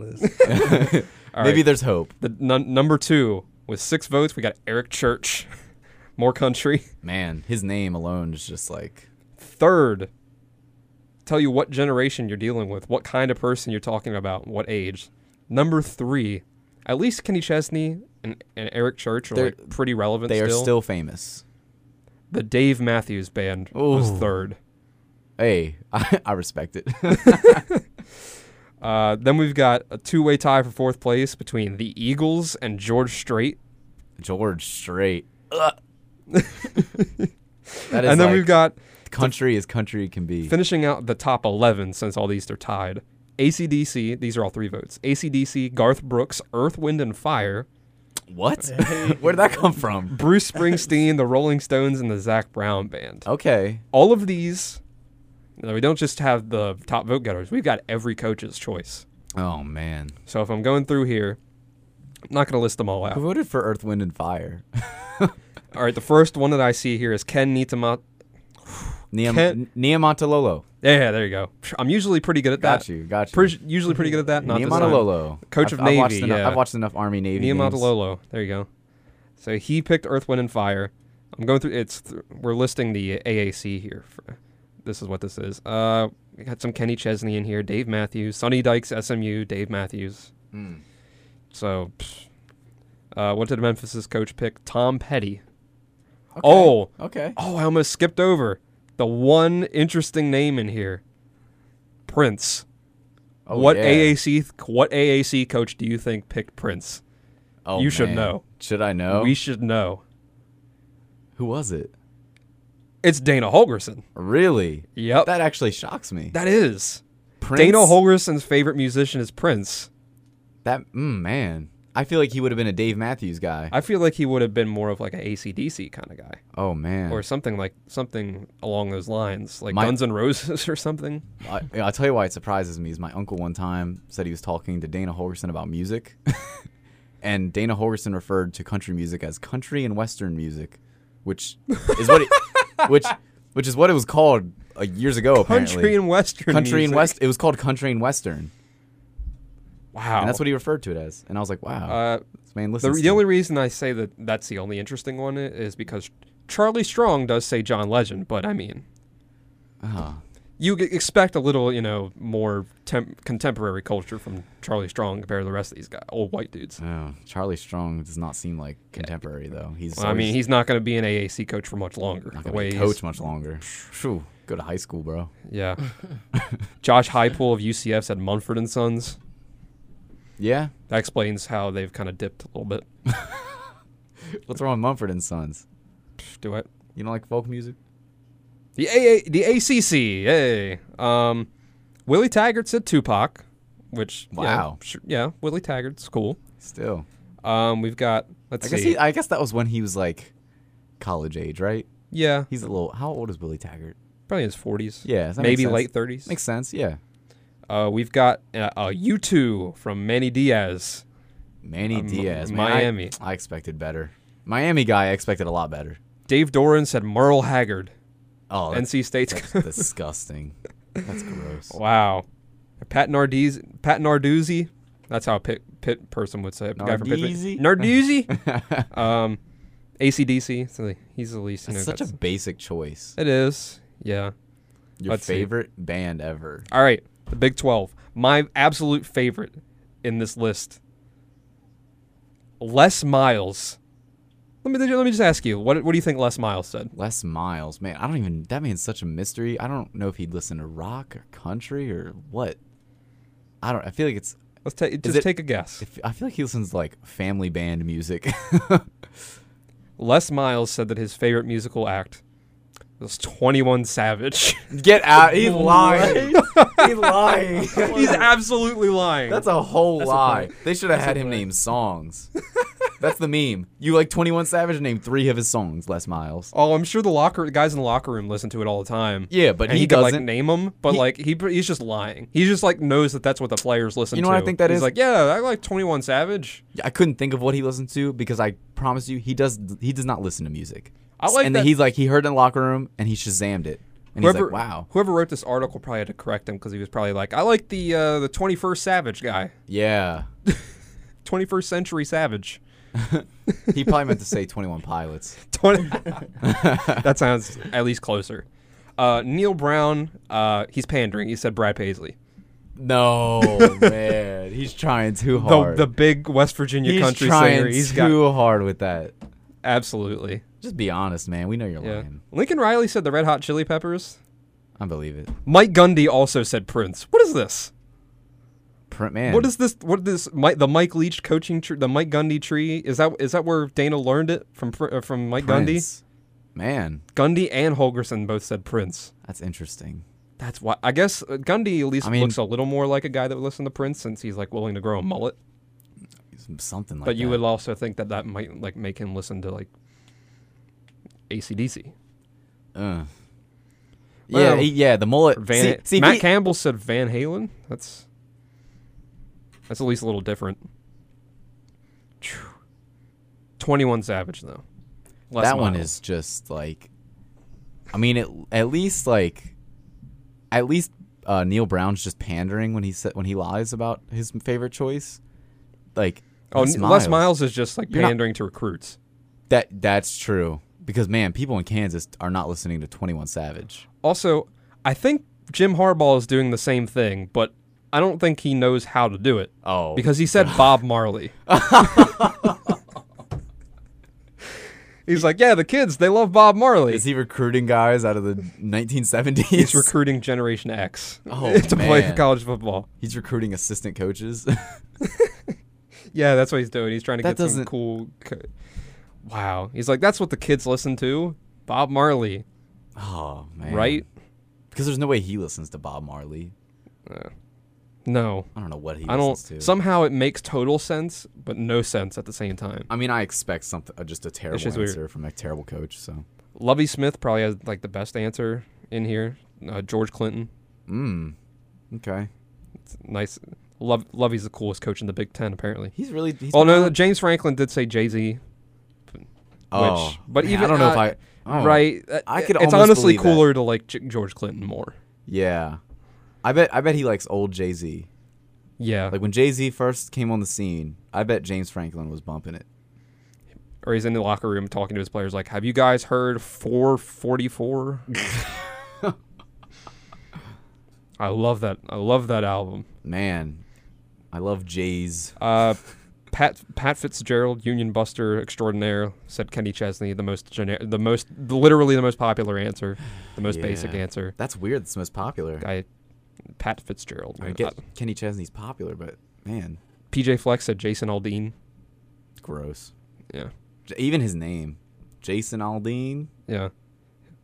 list. All Maybe right. there's hope. The nun number two with six votes, we got Eric Church, more country. Man, his name alone is just like Third, tell you what generation you're dealing with, what kind of person you're talking about, what age. Number three, at least Kenny Chesney and, and Eric Church are They're- like pretty relevant. they are still. still famous. The Dave Matthews Band was Ooh. third. Hey, I, I respect it. Uh, then we've got a two-way tie for fourth place between the Eagles and George Strait. George Strait. Ugh. that is and then like we've got country as country can be. finishing out the top 11 since all these are tied acdc these are all three votes acdc garth brooks earth wind and fire what? Where did that come from? bruce springsteen the rolling stones and the zach brown band Okay. all of these now, we don't just have the top vote getters we've got every coach's choice Oh man, so if i'm going through here i'm not going to list them all who out voted for Earth, Wind, and Fire? all right the first one that i see here is ken nitamat Niam Can't- Niamatololo. yeah there you go i'm usually pretty good at that Got you. Got you. Pre- usually pretty good at that not this time. Niamatololo. Coach of I've- I've watched Navy, enough- yeah. I've watched enough Army Navy. Nia games. Montalolo. There you go. So he picked Earth, Wind, and Fire. I'm going through. It's th- we're listing the AAC here. For, this is what this is. Uh, we got some Kenny Chesney in here, Dave Matthews, Sonny Dykes, SMU, Dave Matthews. Mm. So, psh. uh, what did Memphis's coach pick? Tom Petty. Okay. Oh, Okay. oh, I almost skipped over the one interesting name in here. Prince. Oh, what yeah. AAC? th- What AAC coach do you think picked Prince? Oh, you should man. know. Should I know? We should know. Who was it? It's Dana Holgerson. Really? Yep. That actually shocks me. Oh. that is. Prince. Dana Holgerson's favorite musician is Prince. That mm, man. I feel like he would have been a Dave Matthews guy. I feel like he would have been more of like an ACDC kind of guy oh man. or something like something along those lines, like My- Guns N' Roses or something. I, I'll tell you why it surprises me is my uncle one time said he was talking to Dana Holgerson about music, and Dana Holgerson referred to country music as country and western music, which is what it, which which is what it was called uh, years Country ago. apparently. and Western. country and music. west. It was called country and western, Wow. and that's what he referred to it as. And I was like, wow, uh, this man the, listens. the to only me. reason I say that that's the only interesting one i- is because Charlie Strong does say John Legend, but I mean, Ah, you g- expect a little, you know, more temp- contemporary culture from Charlie Strong compared to the rest of these guys, old white dudes. oh, Charlie Strong does not seem like contemporary though. He's Well, I always mean, he's not going to be an AAC coach for much longer. not the gonna be way a he's- coach much longer. Phew, go to high school, bro. Yeah. Josh Highpool of UCF's at Munford and Sons. Yeah, That explains how they've kind of dipped a little bit. what's wrong with Mumford and Sons? Psh, Do it. You don't like folk music? The AA, the ACC. Hey. Um, Willie Taggart said Tupac, which yeah, Wow. sure- yeah, Willie Taggart's cool. Still, Um, we've got let's I guess see. he, I guess that was when he was like college age, right? yeah, He's a little. How old is Willie Taggart? probably in his forties. Yeah, that makes maybe sense. late thirties. Makes sense. Yeah, Uh, we've got uh, uh, U2 from Manny Diaz. Manny Um, Diaz, man, I- Miami. I, expected better. Miami guy, I expected a lot better. Dave Doran said Merle Haggard. Oh, that's, NC State's that's disgusting. That's gross. Wow. Pat Narduzzi, Pat Narduzzi. That's how a pit, pit person would say it. The guy from Pittsburgh. Narduzzi. that's um, ACDC. So he's the least. You know, such a that's- basic choice. It is. Yeah. Your Let's see. favorite band ever. All right. The Big 12. My absolute favorite in this list. Les Miles. Let me let me just ask you, what what do you think Les Miles said? Les Miles, man, I don't even. That man's such a mystery. I don't know if he'd listen to rock or country or what. I don't. I feel like it's. Let's take Is just it- take a guess. if- I feel like he listens to like family band music. Les Miles said that his favorite musical act was Twenty One Savage. Get out! He's lying. he's lying. He's absolutely lying. That's a whole lie. they should have had him name songs. That's the meme. You like Twenty One Savage? Name three of his songs. Les Miles. oh, I'm sure the locker the guys in the locker room listen to it all the time. Yeah, but and he he, could like doesn't. name them, but like he he's just lying. He just like knows that that's what the players listen to. You know what I think that He's is? like, yeah, I like Twenty One Savage. I couldn't think of what he listened to because I promise you, he does. He does not listen to music. I like and then that- he's like, he heard it in the locker room and he shazammed it. And he's like, wow. whoever wrote this article probably had to correct him because he was probably like, I like the uh, the 21st Savage guy, Yeah. 21st Century Savage. He probably meant to say Twenty One Pilots. 20 that sounds at least closer. Uh, Neil Brown, uh, he's pandering. He said Brad Paisley, No, man, he's trying too the, hard. the big West Virginia he's country trying singer. He's too got hard with that. absolutely. Just be honest, man. We know you're Yeah. lying. Lincoln Riley said the Red Hot Chili Peppers. I believe it. Mike Gundy also said Prince. What is this? Print man. What is this? What this? Mike, the Mike Leach coaching, tr- the Mike Gundy tree. Is that is that where Dana learned it from? Pr- uh, From Mike Gundy. Prince. Man, Gundy and Holgerson both said Prince. that's interesting. That's why I guess uh, Gundy at least I mean- looks a little more like a guy that would listen to Prince since he's like willing to grow a mullet. Some- Something like but you that. would also think that that might like make him listen to like ACDC. Uh. Yeah, Well, he- yeah. The mullet. Van see, see, Matt he- Campbell said Van Halen. That's that's at least a little different. Twenty One Savage though. Les that one Miles. is just like. I mean, it, at least like, at least uh, Neil Brown's just pandering when he said when he lies about his favorite choice. Like, oh Les Les Miles. is just like You're not- pandering to recruits. That that's true because man, people in Kansas are not listening to Twenty One Savage. Also, I think Jim Harbaugh is doing the same thing, but I don't think he knows how to do it. Oh, Because he said Bob Marley. He's like, yeah, the kids, they love Bob Marley. is he recruiting guys out of the 1970s? He's recruiting Generation X Oh, to play man. college football. He's recruiting assistant coaches. Yeah, that's what he's doing. He's trying to That get some doesn't- cool. Co- wow. He's like, that's what the kids listen to. Bob Marley, oh man, right? Because there's no way he listens to Bob Marley. No. I don't know what he I don't. listens to. Somehow it makes total sense, but no sense at the same time. I mean, I expect something uh, just a terrible just answer weird. from a terrible coach. So, Lovey Smith probably has like the best answer in here. Uh, George Clinton, mm, okay, nice. Love, Lovey's the coolest coach in the Big Ten, apparently. he's really. He's Oh no, not- James Franklin did say Jay Z, oh, which- but man, even- I don't know uh, if I. oh, right? Uh, I could It's almost honestly believe that. cooler to like J- George Clinton more. Yeah, I bet. I bet he likes old Jay Z. Yeah, Like when Jay Z first came on the scene, I bet James Franklin was bumping it. or he's in the locker room talking to his players, like, "Have you guys heard 444?" I love that. I love that album. Man, I love Jay's. Uh, Pat Pat Fitzgerald, Union Buster extraordinaire, said Kenny Chesney, the most gener- the most literally the most popular answer, the most basic Yeah. answer. That's weird. That's the most popular. I Pat Fitzgerald. I get Uh, Kenny Chesney's popular, but man, PJ Flex said Jason Aldean. it's gross. Yeah, J- Even his name, Jason Aldean. yeah.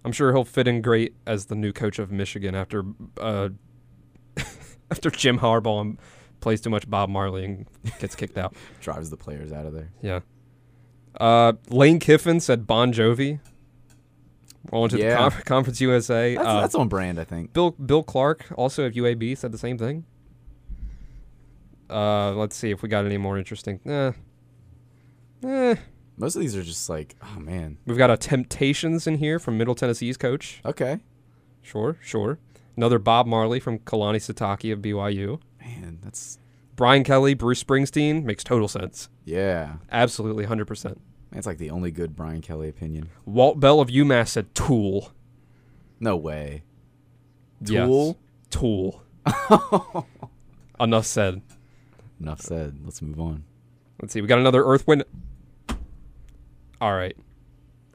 I'm sure he'll fit in great as the new coach of Michigan after uh, after Jim Harbaugh and plays too much Bob Marley and gets kicked out. drives the players out of there. Yeah. Uh, Lane Kiffin said Bon Jovi. Rolling to Yeah. the con- Conference USA. That's, Uh, that's on brand, I think. Bill Bill Clark, also of UAB, said the same thing. Uh, let's see if we got any more interesting. Eh. Eh. Most of these are just like, oh man, We've got a Temptations in here from Middle Tennessee's coach. okay, Sure, sure. Another Bob Marley from Kalani Sataki of BYU. man, that's Brian Kelly, Bruce Springsteen makes total sense. yeah. Absolutely, 100%. That's like the only good Brian Kelly opinion. Walt Bell of UMass said Tool. No way. Yes. Tool? Tool. Enough said. Enough said. Let's move on. Let's see. We got another Earth Wind. All right.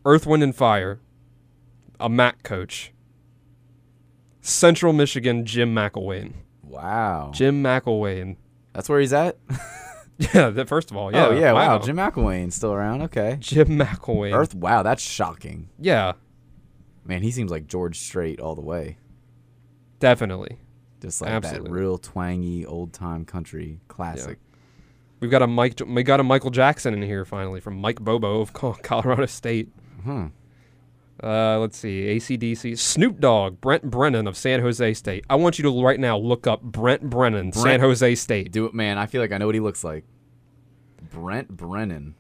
Earth, Wind, and Fire, a Mac coach. Central Michigan, Jim McElwain. Wow. Jim McElwain. That's where he's at? Yeah, that, first of all, yeah. oh, yeah. Wow. Jim McElwain's still around. Okay. Jim McElwain. Earth. Wow. That's shocking. Yeah, Man, he seems like George Strait all the way. definitely. Just like Absolutely. that real twangy old time country classic. We've got a Mike. We got a Michael Jackson in here finally from Mike Bobo of Col- Colorado State. Hmm. Uh, let's see. ACDC. Snoop Dogg. Brent Brennan of San Jose State. I want you to right now look up Brent Brennan, San Brent- Jose State. Do it, man. I feel like I know what he looks like. Brent Brennan.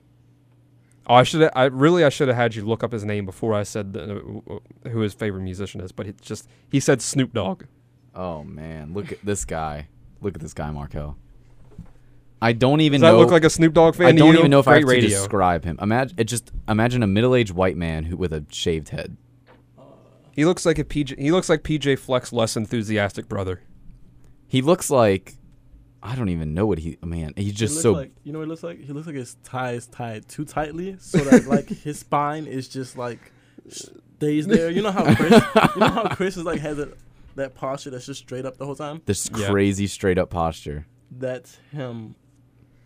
Oh, I should. I really. I should have had you look up his name before I said the, uh, who his favorite musician is. But it's just he said Snoop Dogg. Oh man, look at this guy. Look at this guy, Marco. I don't even Does that know. look like a Snoop Dogg fan? I to don't you? even know if I Great have radio. to describe him. Imagine it just imagine a middle-aged white man who with a shaved head. He looks like a PJ. He looks like PJ Flex less enthusiastic brother. He looks like I don't even know what he man. He's He just looks so like you know what it looks like. He looks like his tie is tied too tightly, so that like his spine is just like stays there. You know how Chris, you know how Chris is like has a, that posture that's just straight up the whole time. this Yeah. crazy straight up posture. That's him,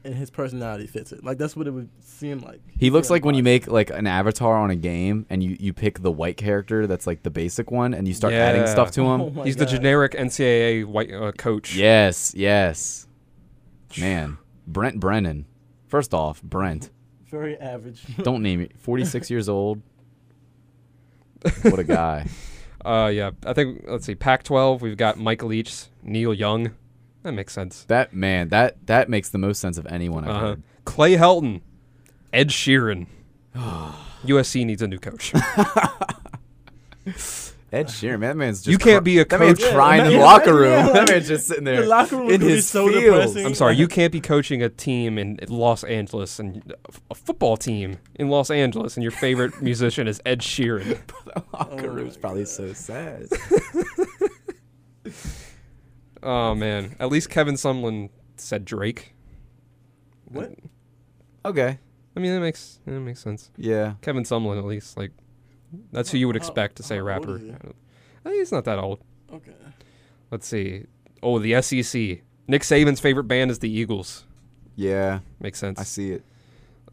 and his personality fits it. Like that's what it would seem like. He looks Yeah, like when you like- make like an avatar on a game and you, you pick the white character that's like the basic one and you start adding Yeah. stuff to him. Oh my He's the God. generic NCAA white uh, coach. Yes, yes. Man, Brent Brennan. First off, Brent. Very average. Don't name it. 46 years old. What a guy. Uh, yeah. I think let's see. Pac-12. We've got Mike Leach, Neil Young. That makes sense. That man, that that makes the most sense of anyone I've Uh-huh. heard. Clay Helton, Ed Sheeran. USC needs a new coach. Ed Sheeran, man, that man's just You can't be a that man's coach. crying in the Yeah, locker room. yeah. That man's just sitting there. The locker room in could be his so feels. depressing. I'm sorry, you can't be coaching a team in Los Angeles and a football team in Los Angeles, and your favorite musician is Ed Sheeran. The locker Oh room's my probably so sad. Oh man. At least Kevin Sumlin said Drake. what? okay. I mean, that makes that makes sense. Yeah. Kevin Sumlin, at least, like that's who you would How- expect to say how old rapper. is he? Uh, He's not that old. Okay. Let's see. Oh, the SEC. Nick Saban's favorite band is the Eagles. Yeah. Makes sense. I see it.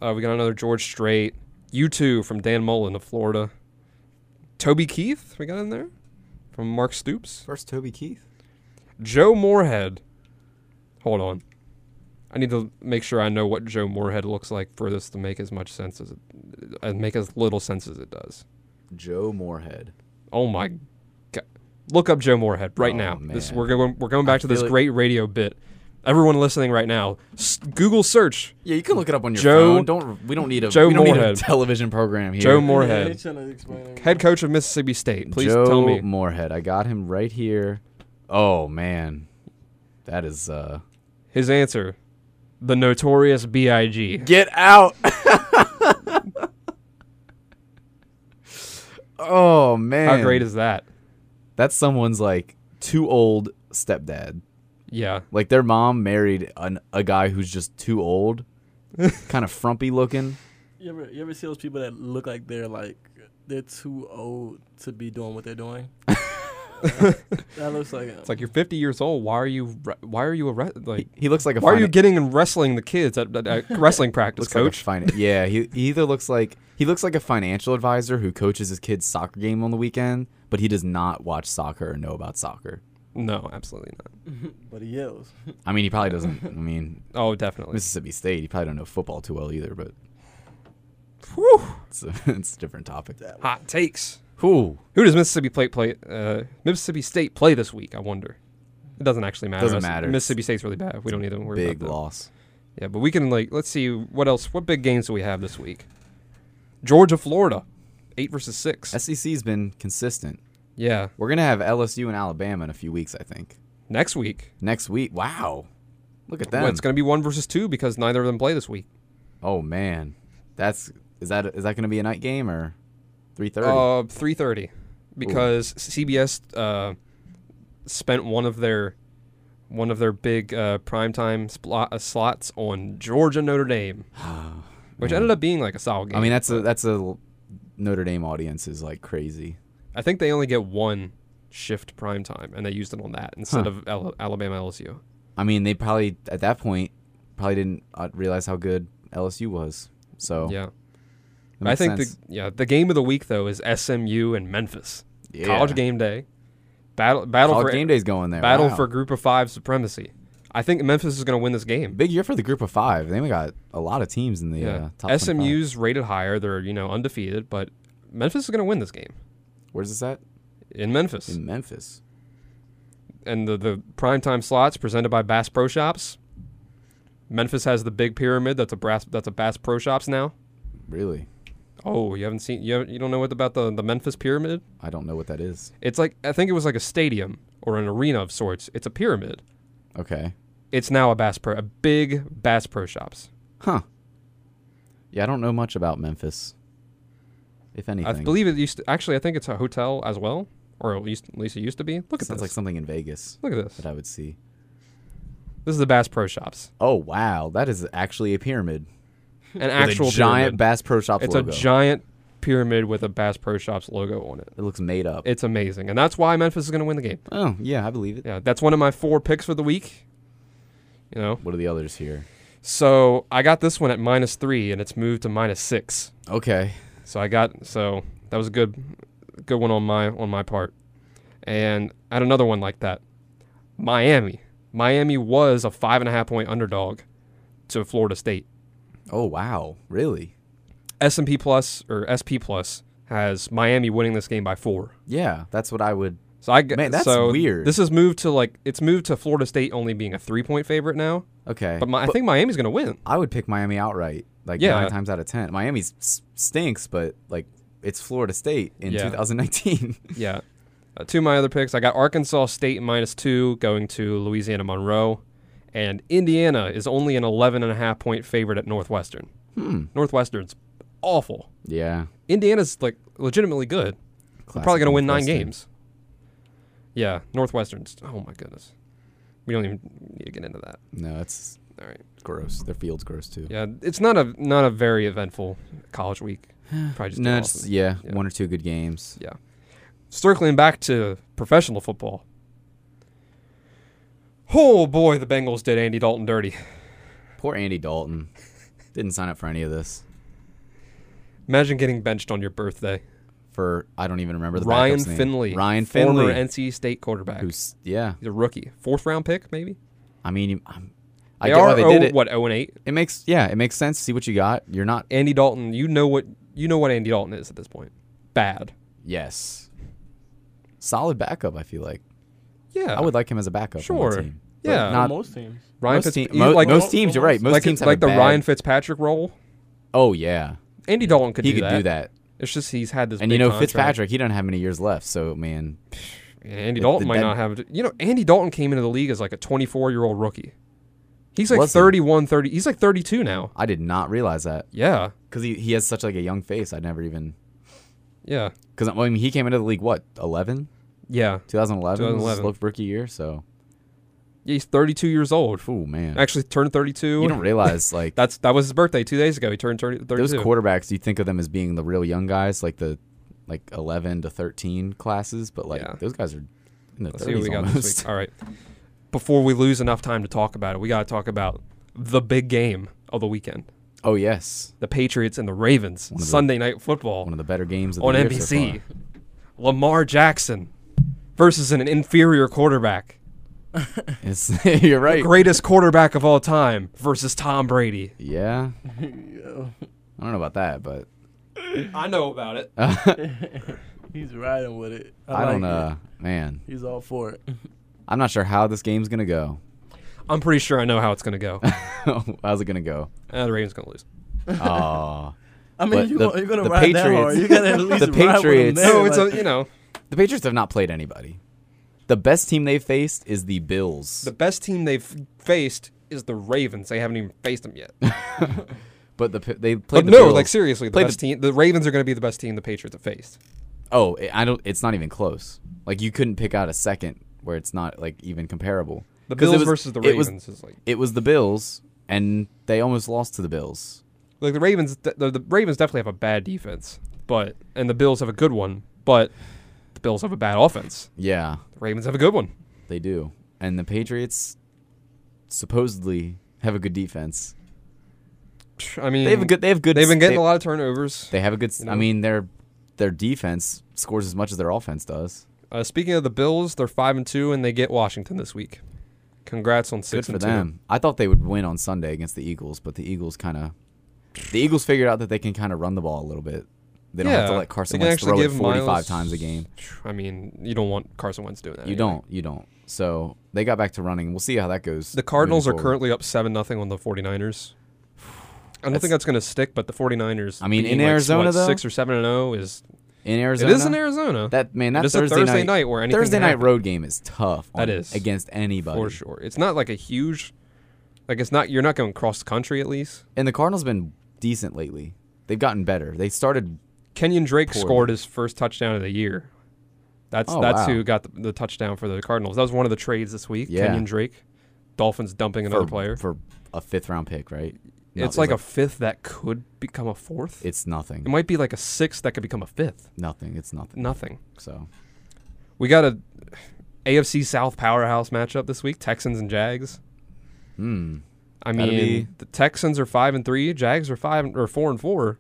Uh, we got another George Strait. U2 from Dan Mullen of Florida. Toby Keith, we got in there. From Mark Stoops. First Toby Keith. Joe Moorhead. Hold on. I need to make sure I know what Joe Moorhead looks like for this to make as much sense as it, uh, make as little sense as it does. Joe Moorhead. Oh my god. Look up Joe Moorhead right Oh, now. This man. we're going we're going back I to this feel it. great radio bit. Everyone listening right now, s- Google search Yeah, you can look it up on your Joe- phone. Don't we don't need a Joe we don't need a Moorhead. television program here. Joe Yeah, he's Moorhead, trying to explain it. head coach of Mississippi State. Please Joe tell me. Moorhead. I got him right here. Oh man, that is uh. His answer, the notorious B.I.G. Get out. oh man, How great is that? that's someone's like too old stepdad. Yeah. Like their mom married an, a guy who's just too old, kind of frumpy looking. You ever you ever see those people that look like they're like they're too old to be doing what they're doing? that looks like It's like you're 50 years old. Why are you? re- Why are you a re- like? He, he looks like a. Why are finan- you getting and wrestling the kids at, at, at wrestling practice, looks coach? Like a finan- yeah, he, he either looks like he looks like a financial advisor who coaches his kid's soccer game on the weekend, but he does not watch soccer or know about soccer. no, absolutely not. but he yells. I mean, he probably doesn't. I mean, Oh, definitely. Mississippi State, he probably don't know football too well either. But Whew. it's a, it's a different topic. Hot takes. Who Who does Mississippi play play? Uh, Mississippi State play this week. I wonder. It doesn't actually matter. Doesn't Miss- matter. Mississippi State's really bad. We don't need to worry big about that. loss? Yeah, but we can like let's see what else. What big games do we have this week? Georgia, Florida, eight versus six. SEC's E been consistent. yeah, We're gonna have LSU and Alabama in a few weeks, I think. next week. Next week. Wow, look at Well, that. it's going to be one versus two because neither of them play this week. oh man, that's is that is that gonna be a night game or three thirty? Uh, three thirty, because CBS uh, spent one of their one of their big uh, primetime splo- uh, slots on Georgia Notre Dame. which Yeah. ended up being like a solid game. I mean, that's a that's a Notre Dame audience is like crazy. I think they only get one shift prime time, and they used it on that instead Huh. of Al- Alabama LSU. I mean, they probably at that point probably didn't uh, realize how good LSU was. So Yeah, Oh, that I makes think sense. the yeah the game of the week though is SMU and Memphis. Yeah. College game day, battle battle College for game day's going there. battle Wow. for group of five supremacy. I think Memphis is going to win this game. big year for the group of five. They got a lot of teams in the uh, Yeah, top. 25. SMU's rated higher. They're you know undefeated, but Memphis is going to win this game Where's this at? in Memphis. In Memphis. and the the primetime slots presented by Bass Pro Shops. Memphis has the big pyramid. That's a brass. That's a Bass Pro Shops now. Really? Oh, you haven't seen you haven't, you don't know what about the the Memphis pyramid? I don't know what that is. It's like I think it was like a stadium or an arena of sorts. It's a pyramid. Okay. It's now a Bass Pro, a big Bass Pro Shops. Huh. Yeah, I don't know much about Memphis. If anything, I believe it used to, actually. I think it's a hotel as well, or at least at least it used to be. Look at this. sounds like uh, something in Vegas Look at this. that I would see. This is the Bass Pro Shops, Oh wow, that is actually a pyramid. an actual with a giant pyramid. Bass Pro Shops It's logo. a giant pyramid with a Bass Pro Shops logo on it. it looks made up. It's amazing, and that's why Memphis is going to win the game. oh yeah, I believe it. Yeah, that's one of my four picks for the week. You know, What are the others here? so I got this one at minus three, and it's moved to minus six. Okay. So I got so that was a good, good one on my on my part, and I had another one like that. Miami, Miami was a five and a half point underdog to Florida State. Oh wow, really? S and P plus or SP plus has Miami winning this game by four. Yeah, that's what I would. So I g- Man, that's so weird. This has moved to like it's moved to Florida State only being a three point favorite now. Okay, But my, I think Miami's going to win. I would pick Miami outright. Like Yeah. nine times out of ten, Miami s- stinks, but like it's Florida State in Yeah. 2019. Yeah. Uh, two of my other picks. I got Arkansas State minus two going to Louisiana Monroe. And Indiana is only an 11.5 point favorite at Northwestern. hmm. Northwestern's awful. Yeah. Indiana's like legitimately good. They're probably Classic going to win nine Northwestern. games. Yeah. Northwestern's. Oh, my goodness. We don't even need to get into that. No, it's All right. gross. Their field's gross too. Yeah. It's not a not a very eventful college week. Probably just two no, losses. just, yeah, Yeah. one or two good games. circling back to professional football. Oh boy, the Bengals did Andy Dalton dirty. Poor Andy Dalton. Didn't sign up for any of this. Imagine getting benched on your birthday. For I don't even remember the Ryan backup's name. Finley, Ryan former Finley, NC State quarterback. who's yeah. He's a rookie, fourth round pick, maybe. I mean, I'm, I They get why are they oh- did it. what zero and eight. It makes yeah, it makes sense. See what you got. You're not Andy Dalton, you know what you know what Andy Dalton is at this point. Bad. yes. Solid backup. I feel like Yeah, I would like him as a backup. On Sure. my team. But Yeah. Not not most teams. Ryan most, Fitz- team- you mo- like most teams. You're right. Most like, teams have like a the bad- Ryan Fitzpatrick role. Oh yeah, Andy Dalton could he do could that. do that. It's just he's had this. And you big know contract. Fitzpatrick, he doesn't have many years left. So man, Yeah, Andy With Dalton the might dead- not have. You know, Andy Dalton came into the league as like a 24 year old rookie. He's like Was he? 31, 30. He's like 32 now. I did not realize that Yeah, because he, he has such like a young face. I never even yeah, because I mean he came into the league what 11 yeah. 2011 2011. Slope rookie year. So Yeah, He's 32 years old. oh man, Actually, turned 32. you don't realize like That's that was his birthday two days ago. He turned 30, 32. those quarterbacks. You think of them as being the real young guys, like the like 11 to 13 classes, but like Yeah. those guys are in their Let's 30s see what we got almost. this week. All right. Before we lose enough time to talk about it, we got to talk about the big game of the weekend: Oh yes, the Patriots and the Ravens. of the- Sunday night football. one of the better games of the on year so NBC. far. Lamar Jackson versus an inferior quarterback. It's, you're right. Greatest quarterback of all time versus Tom Brady. Yeah, Yo, I don't know about that, but I know about it. Uh. he's riding with it. I, don't like uh man. it. He's all for it. I'm not sure how this game's gonna go. I'm pretty sure I know how it's going to go. How's it gonna go? Uh, the Ravens going to lose. Oh. I mean, But you the- gonna, you're gonna the ride that hard. Patriots- You gotta at least the ride with him Patriots- there, No, it's like- a, you know, The Patriots have not played anybody. The best team they've faced is the Bills. the best team they've faced is the Ravens. They haven't even faced them yet. but the P- they But played the no, Bills. like seriously, the Played best team. The Ravens are going to be the best team the Patriots have faced. Oh, it- I don't. It's not even close. Like you couldn't pick out a second where it's not like even comparable. The 'Cause it Bills was- versus the it was- Ravens is like It was the Bills, and they almost lost to the Bills. Like the Ravens, de- the, the Ravens definitely have a bad defense, but and the Bills have a good one, but the Bills have a bad offense. Yeah, The Ravens have a good one. they do. And the Patriots supposedly have a good defense. Psh, I mean, They have a good. They have good. Mm. They've been getting they, a lot of turnovers. They have a good. s you I I know. mean, their their defense scores as much as their offense does. Uh, speaking of the Bills, they're five and two, and they get Washington this week. Congrats on Good six for and them. I thought they would win on Sunday against the Eagles, but the Eagles kind of the Eagles figured out that they can kind of run the ball a little bit. They two. don't have to Yeah, let Carson they can Wentz actually throw it give 45 Miles- Uh, times a game. Psh, I mean, you don't want Carson Wentz doing that. You anyway. don't. You don't. So they got back to running. We'll see how that goes. The Cardinals are moving forward. currently up 7 nothing on the 49ers. I don't That's- think that's going to stick, but the 49ers I mean, being in like, Arizona, what, though? 6 or 7 and 0 is in Arizona. It is in Arizona. That man, that It is a Thursday, Thursday night, night where anything Thursday can night happen. road game is tough. That on- is. against anybody. for sure. It's not like a huge like it's not you're not going across the country at least. And the Cardinals been decent lately. They've gotten better. They started. Kenyon Drake Poorly. scored his first touchdown of the year. That's Oh, that's wow. who got the, the touchdown for the Cardinals. That was one of the trades this week. Yeah. Kenyon Drake. Dolphins dumping another for, player. for a fifth round pick, right? No, it's like a fifth that could become a fourth. It's nothing. it might be like a sixth that could become a fifth. nothing. It's nothing. Nothing. So We got a AFC South powerhouse matchup this week: Texans and Jags. Hmm. I mean, That'll be- the Texans are five and three, Jags are five and- or four and four.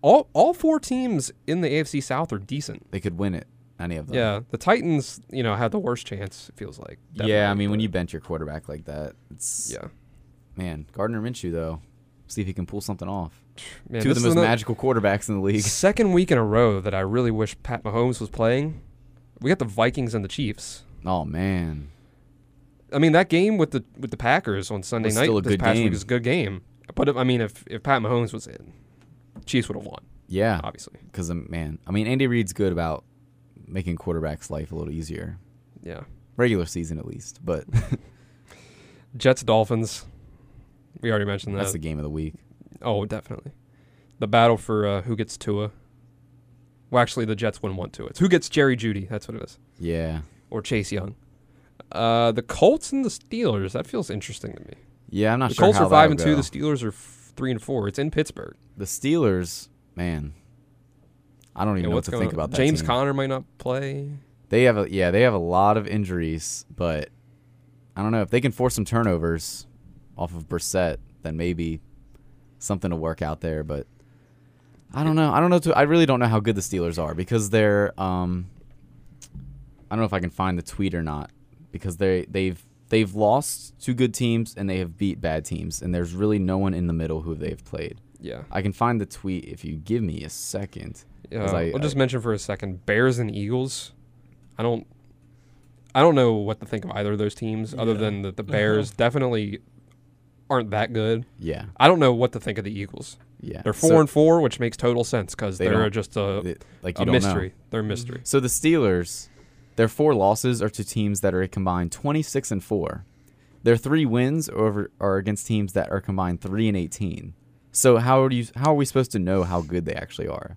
All all four teams in the AFC South are decent. They could win it. Any of them. Yeah, the Titans, you know, have the worst chance. It feels like. yeah. I definitely, mean, when but- you bench your quarterback like that, it's yeah, man. Gardner Minshew though, see if he can pull something off. Man, Two of this the is most another- magical quarterbacks in the league. Second week in a row that I really wish Pat Mahomes was playing. We got the Vikings and the Chiefs. Oh man. I mean, that game with the with the Packers on Sunday Was night still a this good past game. week is a good game. But if, I mean, if if Pat Mahomes was in, Chiefs would have won, Yeah. obviously. Because man, I mean, Andy Reid's good about making quarterbacks' life a little easier, Yeah. regular season at least. But Jets Dolphins. We already mentioned that. that's the game of the week. oh, definitely. The battle for uh, who gets Tua. Well, actually, the Jets wouldn't want Tua. It's who gets Jerry Judy. That's what it is. Yeah, Or Chase Young. Uh, the Colts and the Steelers. That feels interesting to me. yeah. I'm not the sure Colts how are five that'll and two. go. The Steelers are f- three and four. It's in Pittsburgh. The Steelers, man, I don't Yeah, even know what what's to going think on? about. That James team. Conner might not play. They have a yeah. They have a lot of injuries, but I don't know if they can force some turnovers off of Brissett, then maybe something will work out there. But I don't know. I don't know. To, I really don't know how good the Steelers are because they're. Um, I don't know if I can find the tweet or not because they they've they've lost to good teams and they have beat bad teams and there's really no one in the middle who they've played. Yeah. I can find the tweet if you give me a second. Yeah, 'Cause I- I'll just I- mention for a second Bears and Eagles. I don't I don't know what to think of either of those teams other Yeah. than that the Bears definitely aren't that good. Yeah, I don't know what to think of the Eagles. yeah. They're So four and four, which makes total sense because They they are don't- just a, it- like you a don't know. mystery. They're a mystery. So the Steelers, their four losses are to teams that are a combined 26 and 4. Their three wins are, over, are against teams that are combined 3 and 18. So how are you how are we supposed to know how good they actually are?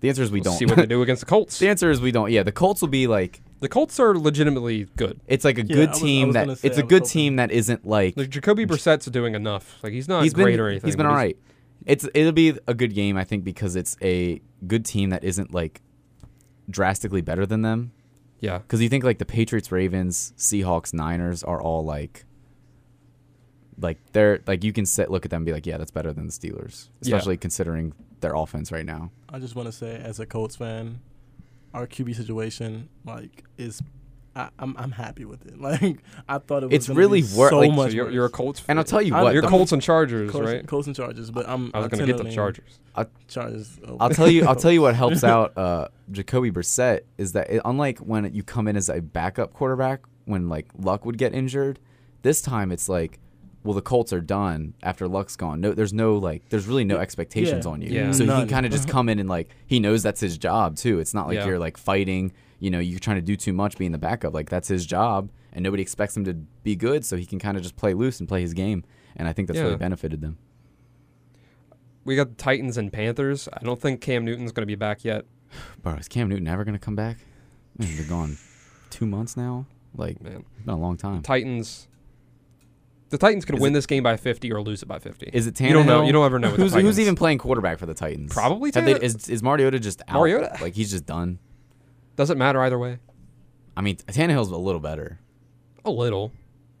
The answer is we We'll don't. see what they do against the Colts. the answer is we don't. Yeah, the Colts will be like The Colts are legitimately good. it's like a Yeah, I good was- I team was gonna that say, it's I a was good hoping- team that isn't like Like Jacoby Brissett's doing enough. Like he's not he's great been or anything. he's been but all right. It's it'll be a good game I think because it's a good team that isn't like drastically better than them. Yeah. Because you think like the Patriots, Ravens, Seahawks, Niners are all like, like they're like you can sit look at them and be like, yeah, that's better than the Steelers, Yeah. especially considering their offense right now. I just want to say, as a Colts fan, our QB situation like is, I, I'm I'm happy with it. Like I thought it was. It's gonna really be wor- so like, so So much. you're, worse. you're a Colts fan. And I'll tell you I'm- what, You're the- Colts and Chargers, Colts, right? Colts and Chargers, but I'm. I was going to get the attending Chargers. Chargers. oh, over I'll tell you, I'll Colts. tell you what helps out uh, Jacoby Brissett is that it, unlike when you come in as a backup quarterback when like Luck would get injured, this time it's like, well, the Colts are done after Luck's gone. No, there's no like, there's really no expectations Yeah. on you. Yeah. So he None. can kind of just come in and like he knows that's his job too. It's not like Yeah. you're like fighting. You know, you're trying to do too much being the backup. Like that's his job, and nobody expects him to be good. So he can kind of just play loose and play his game. And I think that's Yeah. really benefited them. We got the Titans and Panthers. I don't think Cam Newton's going to be back yet. Bro, is Cam Newton ever gonna come back? Man, they're gone two months now. Like, Man, it's been a long time. Titans. The Titans could Is win it- this game by 50 or lose it by 50. Is it Tannehill? You don't know. You don't ever know. With the Who's, who's Titans. even playing quarterback for the Titans? Probably Have they, Tannehill. is is Mariota just out? Mariota. Like he's just done. Doesn't matter either way. I mean, Tannehill's a little better, A little.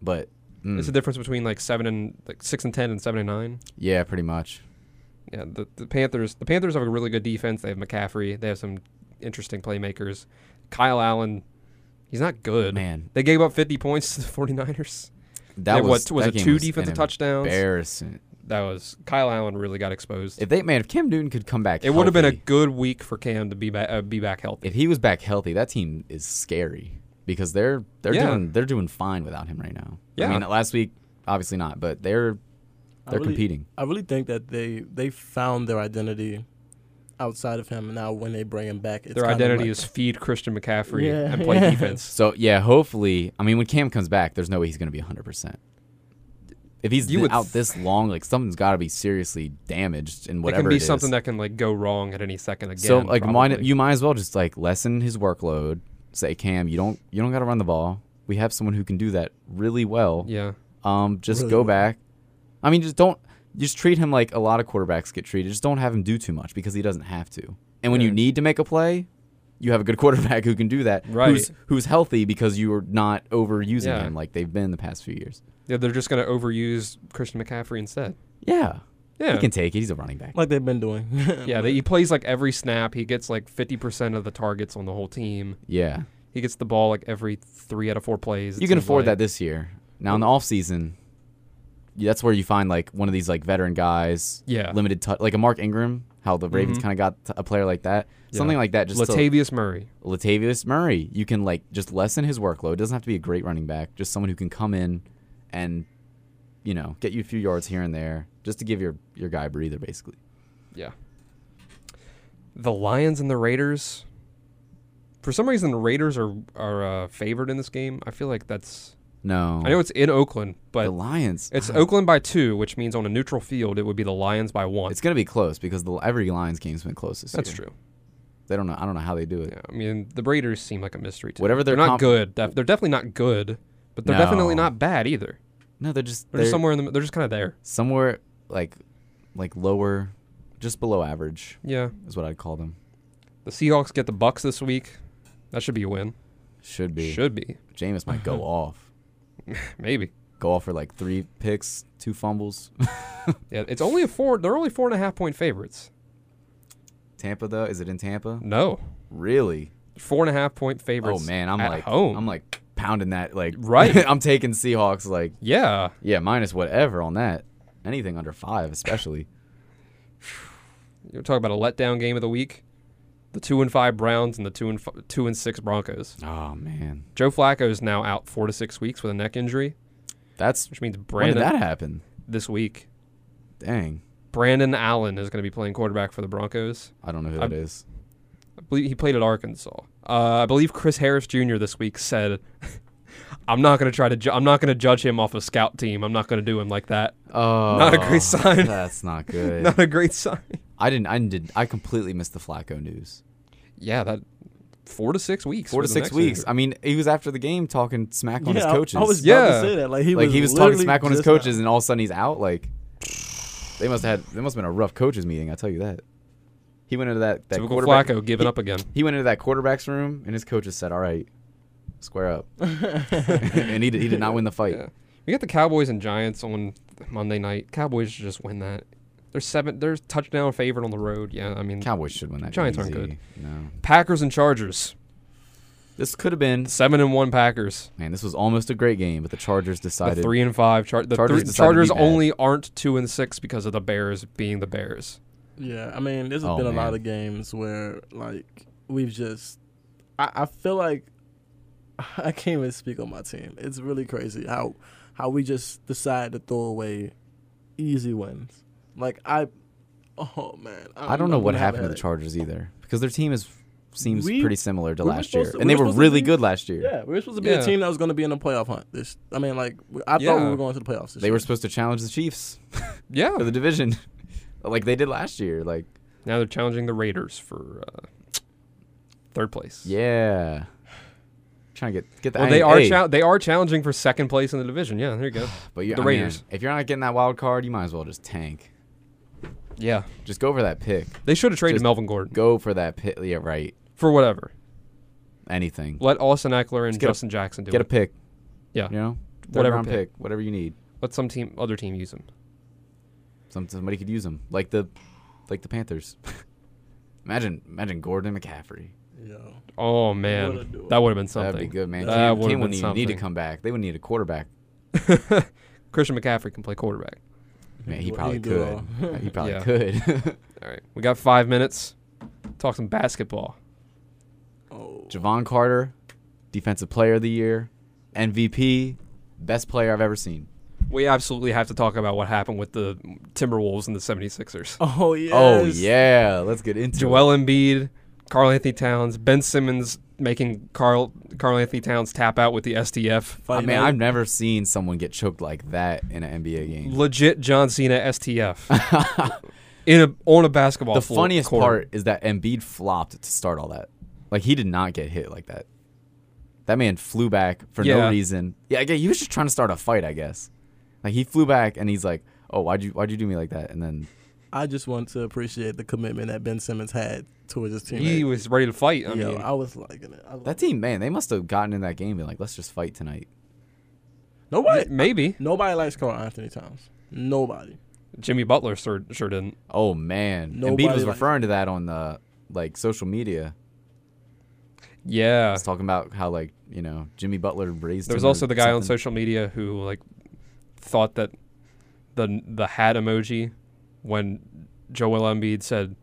but mm, It's the difference between like seven and like six and ten and seven and nine. yeah, pretty much. Yeah, the, the Panthers. The Panthers have a really good defense. They have McCaffrey. They have some interesting playmakers. Kyle Allen, he's not good. Man. they gave up 50 points to the 49ers. That They had, was what, was that it game two was defensive an touchdowns? Embarrassing. That was Kyle Allen really got exposed. If they man, if Cam Newton could come back, it would have been a healthy- good week for Cam to be back uh, be back healthy. If he was back healthy, that team is scary because they're they're Yeah. doing they're doing fine without him right now. Yeah. I mean, last week obviously not, but they're I they're really- competing. I really think that they they found their identity outside of him, and now when they bring him back, it's Their kinda identity like- is feed Christian McCaffrey Yeah. and play Yeah. defense. So yeah, hopefully, I mean, when Cam comes back, there's no way he's going to be 100. percent If he's You th- would out th- this long, like something's got to be seriously damaged in It whatever can be it is. something that can like go wrong at any second again. so like, mine, probably. you might as well just like lessen his workload. Say, Cam, you don't you don't got to run the ball. We have someone who can do that really well. yeah. Um, just Really go well. back. I mean, just don't just treat him like a lot of quarterbacks get treated. Just don't have him do too much because he doesn't have to. And when you Yeah. need to make a play, you have a good quarterback who can do that. Right. Who's, who's healthy because you are not overusing Yeah. him like they've been the past few years. Yeah, they're just gonna overuse Christian McCaffrey instead. Yeah. Yeah. He can take it. He's a running back. like they've been doing. Yeah, they, he plays like every snap. He gets like 50% of the targets on the whole team. Yeah. He gets the ball like every three out of four plays. You can afford that this year. Now in the offseason, yeah, that's where you find like one of these like veteran guys, Yeah. limited touch, like a Mark Ingram, how the Ravens Mhm. kind of got t- a player like that, Yeah. something like that. Just to- Latavius Murray. Latavius Murray. You can like just lessen his workload. Doesn't have to be a great running back. Just someone who can come in and you know get you a few yards here and there, just to give your your guy a breather, basically. Yeah. The Lions and the Raiders. For some reason, the Raiders are are uh, favored in this game. I feel like that's. No, I know it's in Oakland, the but Lions. it's I- Oakland by two, which means on a neutral field it would be the Lions by one. It's gonna be close because the every Lions game's been close this that's year. true. They don't know. I don't know how they do it. Yeah, I mean the Raiders seem like a mystery. To me. Whatever they're their not comp- good. Def- they're definitely not good, but they're No. definitely not bad either. No, they're just They're, they're just somewhere in the. They're just kind of there. somewhere like like lower, just below average Yeah. is what I'd call them. The Seahawks get the Bucks this week. That should be a win. Should be. Should be. Jameis might go off. Maybe. Go off for like three picks, two fumbles. Yeah, it's only a four. They're only four and a half point favorites. Tampa though, is it in Tampa? No, Really? four and a half point Oh favorites. man, I'm at like home. I'm like pounding that like Right. I'm taking Seahawks like yeah, yeah, minus whatever on that. Anything under 5 especially. you're talking about a letdown game of the week. The two and five Browns and the two and f- two and six Broncos. oh man. Joe Flacco is now out four to six weeks with a neck injury, That's which means when did Brandon that happen? this week. Dang. Brandon Allen is going to be playing quarterback for the Broncos. I don't know who I'm- that is. I believe he played at Arkansas. Uh, I believe Chris Harris Jr. this week said, "I'm not going to try to. Ju- I'm not going to judge him off a scout team. I'm not going to do him like that. Oh. a great sign. That's not good. Not a great sign." I didn't I did I completely missed the Flacco news. Yeah, that four to six weeks. 4 to with a 6 neck weeks. injury. I mean, he was after the game talking smack on his Yeah, I- coaches. I, was Yeah. about to say that. Like he like was, he was talking literally smack on his just not- coaches and all of a sudden he's out like they must have had they must have been a rough coaches meeting i tell you that he went into that, that Typical quarterback Flacco giving he, up again. he went into that quarterback's room and his coaches said all right square up and he did, he did not win the fight Yeah. We got the Cowboys and Giants on Monday night. Cowboys should just win that. They're seven. They're touchdown favorite on the road. Yeah, I mean cowboys should win that Giants aren't easy. good. no Packers and Chargers. this could have been Seven and one Packers. man this was almost a great game but the chargers The decided three and five char- the Chargers Chargers. Three, decided to Chargers be bad. only aren't two and six because of the Bears being the Bears. Yeah, I mean, there's Oh, been a man. lot of games where like we've just. I, I feel like I can't even speak on my team. It's really crazy how how we just decide to throw away easy wins. Like I, oh man, i don't know I'm what gonna have happened to a the chargers either because their team is seems We- pretty similar to we were last year supposed to- and we they were were supposed to really be- good last year Yeah, we were supposed to be Yeah. a team that was going to be in the playoff hunt. This, I mean, like we- I thought Yeah. we were going to the playoffs. This they year. were supposed to challenge the chiefs Yeah. for the division, like they did last year. Like, Now they're challenging the Raiders for uh, third place. yeah, trying to get get that. Well, they are chal- they are challenging for second place in the division. Yeah, there you go. but you, the I mean, Raiders. if you're not getting that wild card, you might as well just tank. Yeah, Just go for that pick. they should have traded Just Melvin Gordon Go for that pick. Yeah, right. for whatever. Anything. Let Austin Eckler and get a- Justin Jackson do Get a it. pick. Yeah. You know, Third Whatever round pick. pick. whatever you need. Let some team, other team, use him. Some, somebody could use them, like the, like the Panthers. imagine, imagine Gordon and McCaffrey. Yo. Oh man, Would've do it. that would have been something. That'd be good, man. That team would've team been wouldn't even need to something. come back. They would need a quarterback. Christian McCaffrey can play quarterback. Man, can he do- probably he can do it could. he probably Yeah. could. All right, we got five minutes. Talk some basketball. Oh. Javon Carter, defensive player of the year, MVP, best player I've ever seen. We absolutely have to talk about what happened with the Timberwolves and the 76ers. Oh yes. Oh yeah, let's get into it. Joel Embiid, Carl Anthony Towns, Ben Simmons making Carl Carl Anthony Towns tap out with the STF. I Fight mean, night. I've never seen someone get choked like that in an NBA game. Legit John Cena STF. In a on a basketball. the floor- funniest court. part is that Embiid flopped to start all that. Like he did not get hit like that. That man flew back for Yeah. no reason. Yeah, I guess he was just trying to start a fight, I guess. Like he flew back and he's like, "Oh, why'd you why'd you do me like that?" And then I just want to appreciate the commitment that Ben Simmons had towards his team. He was ready to fight. I Yo, mean, I was liking it. I was that team, man, they must have gotten in that game and been like, "Let's just fight tonight." nobody, maybe nobody likes Carl Anthony Towns. Nobody. Jimmy Butler sure, sure didn't. Oh man, Nobody Embiid was likes- referring to that on the like social media. Yeah. He's talking about how like you know Jimmy Butler raised. There was him or also the guy on something. social media who like thought that the the hat emoji when Joel Embiid said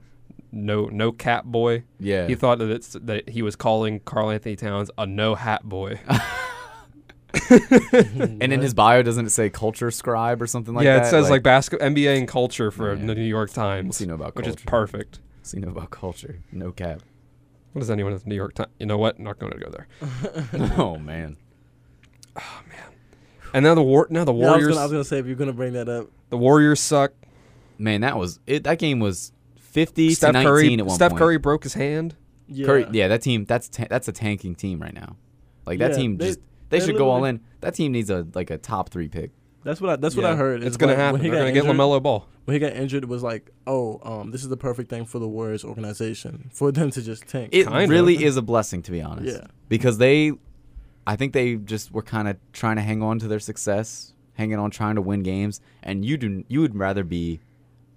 no no cat boy. Yeah, He thought that it's that he was calling Carl Anthony Towns a no hat boy. and in his bio doesn't it say culture scribe or something like yeah, that? it says like, basket NBA and culture for Yeah. the New York Times, you know about which is culture? perfect. So you know about culture. No cap. What does anyone at the New York Times? You know what? Not going to go there. oh man. And now the war. Now the Yeah, I was Warriors. gonna- I was gonna say if you're gonna bring that up, the Warriors suck. Man, that was it that game was fifty Steph to nineteen Curry. at one Steph point. Curry broke his hand. yeah, Curry- yeah, that team that's ta- that's a tanking team right now. Like that Yeah, team they- just they, they should go all literally- in. That team needs a like a top three pick. that's what I that's what I Yeah. heard. It's is going to like, happen. when he They're got going to get injured- Lamelo Ball. when he got injured, it was like, oh, um, this is the perfect thing for the Warriors organization for them to just tank. It Kinda. really is a blessing to be honest. Yeah. Because they I think they just were kind of trying to hang on to their success, hanging on trying to win games, and you do you would rather be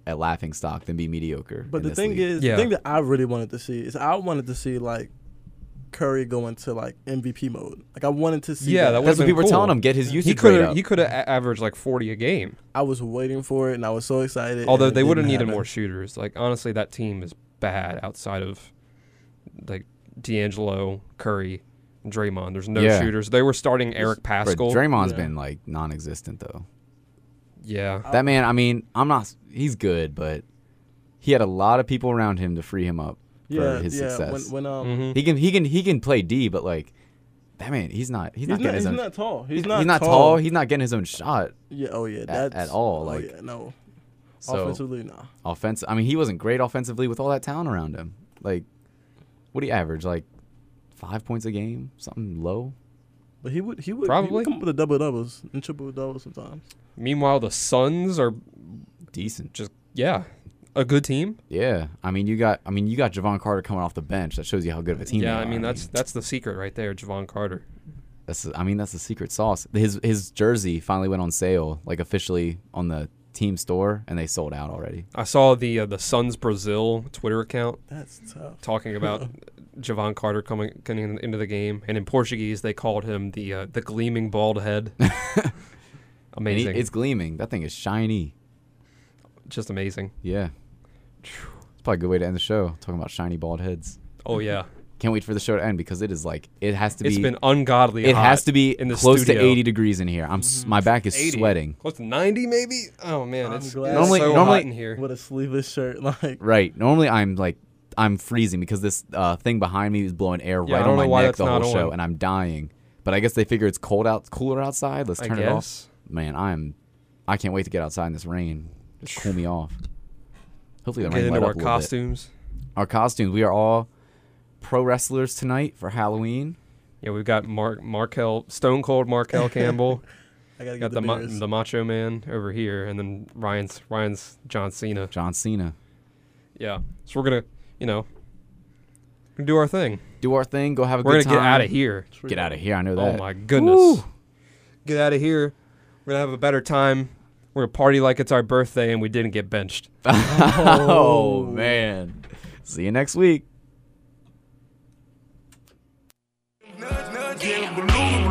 a laughing stock than be mediocre. but in the this thing league. is, Yeah. the thing that I really wanted to see is I wanted to see like Curry go into like MVP mode. Like I wanted to see. Yeah, that that. would've that's what been people were cool. telling him. Get his usage He rate could up. have. He could have averaged like forty a game. I was waiting for it, and I was so excited. and Although it they would have didn't needed happen. more shooters. Like honestly, that team is bad outside of like D'Angelo, Curry, and Draymond. There's no Yeah. shooters. They were starting Eric But Pascal. Draymond's Yeah. Uh, been like non-existent though. yeah, That man, I mean, I'm not. He's good, but he had a lot of people around him to free him up for yeah, his yeah. success. When, when um, Mhm. he can, he can, he can play D, but like, that man, he's not. He's, he's, not not, getting he's his own. not tall. He's, he's not. he's not tall. tall. He's not getting his own shot. yeah. Oh yeah. That's at all, oh, like- yeah, no. So Offensively, nah. offensive. I mean, he wasn't great offensively with all that talent around him. Like, what do you average? Like five points a game, something low. But he would. He would he Probably. would come up with the double doubles and triple doubles sometimes. Meanwhile, the Suns are Decent. just yeah, a good team. Yeah, I mean you got I mean you got Javon Carter coming off the bench. That shows you how good of a team. yeah, they I are. mean that's that's the secret right there, Javon Carter. that's I mean that's the secret sauce. His his jersey finally went on sale like officially on the team store, and they sold out already. I saw the uh, the Suns Brazil Twitter account That's tough. talking about Javon Carter coming, coming in- into the game, and in Portuguese they called him the uh, the gleaming bald head. And he- amazing, it's gleaming. That thing is shiny. just amazing. Yeah, it's probably a good way to end the show talking about shiny bald heads. Oh yeah, Can't wait for the show to end because it is like it has to it's be. been ungodly. it hot has to be in the close studio. to 80 degrees in here. I'm s my back is 80. sweating. Close to ninety, maybe. Oh man, I'm it's, it's glad. Normally- so normally- hot in here. With a sleeveless shirt, like Right. Normally I'm like I'm freezing because this uh, thing behind me is blowing air Yeah, I right don't on my know why neck that's the not whole show, on. and I'm dying. But I guess they figure it's cold out, cooler outside. Let's I turn it off. guess. Man, I'm, I can't wait to get outside in this rain. Just cool me off. Hopefully the Get rain let into up our a little bit. costumes. Our costumes. We are all pro wrestlers tonight for Halloween. Yeah, we've got Mark Markel Stone Cold Markel Campbell. I gotta get got the, the ma- beers. the Macho Man over here, and then Ryan's Ryan's John Cena. John Cena. Yeah, so we're gonna you know gonna do our thing. Do our thing. Go have a We're good gonna time. get out of here. True. Get out of here. I know Oh that. my goodness. Woo. Get out of here. We're gonna have a better time. We're gonna party like it's our birthday and we didn't get benched. oh man. See you next week. Nudge, nudge, yeah, balloon.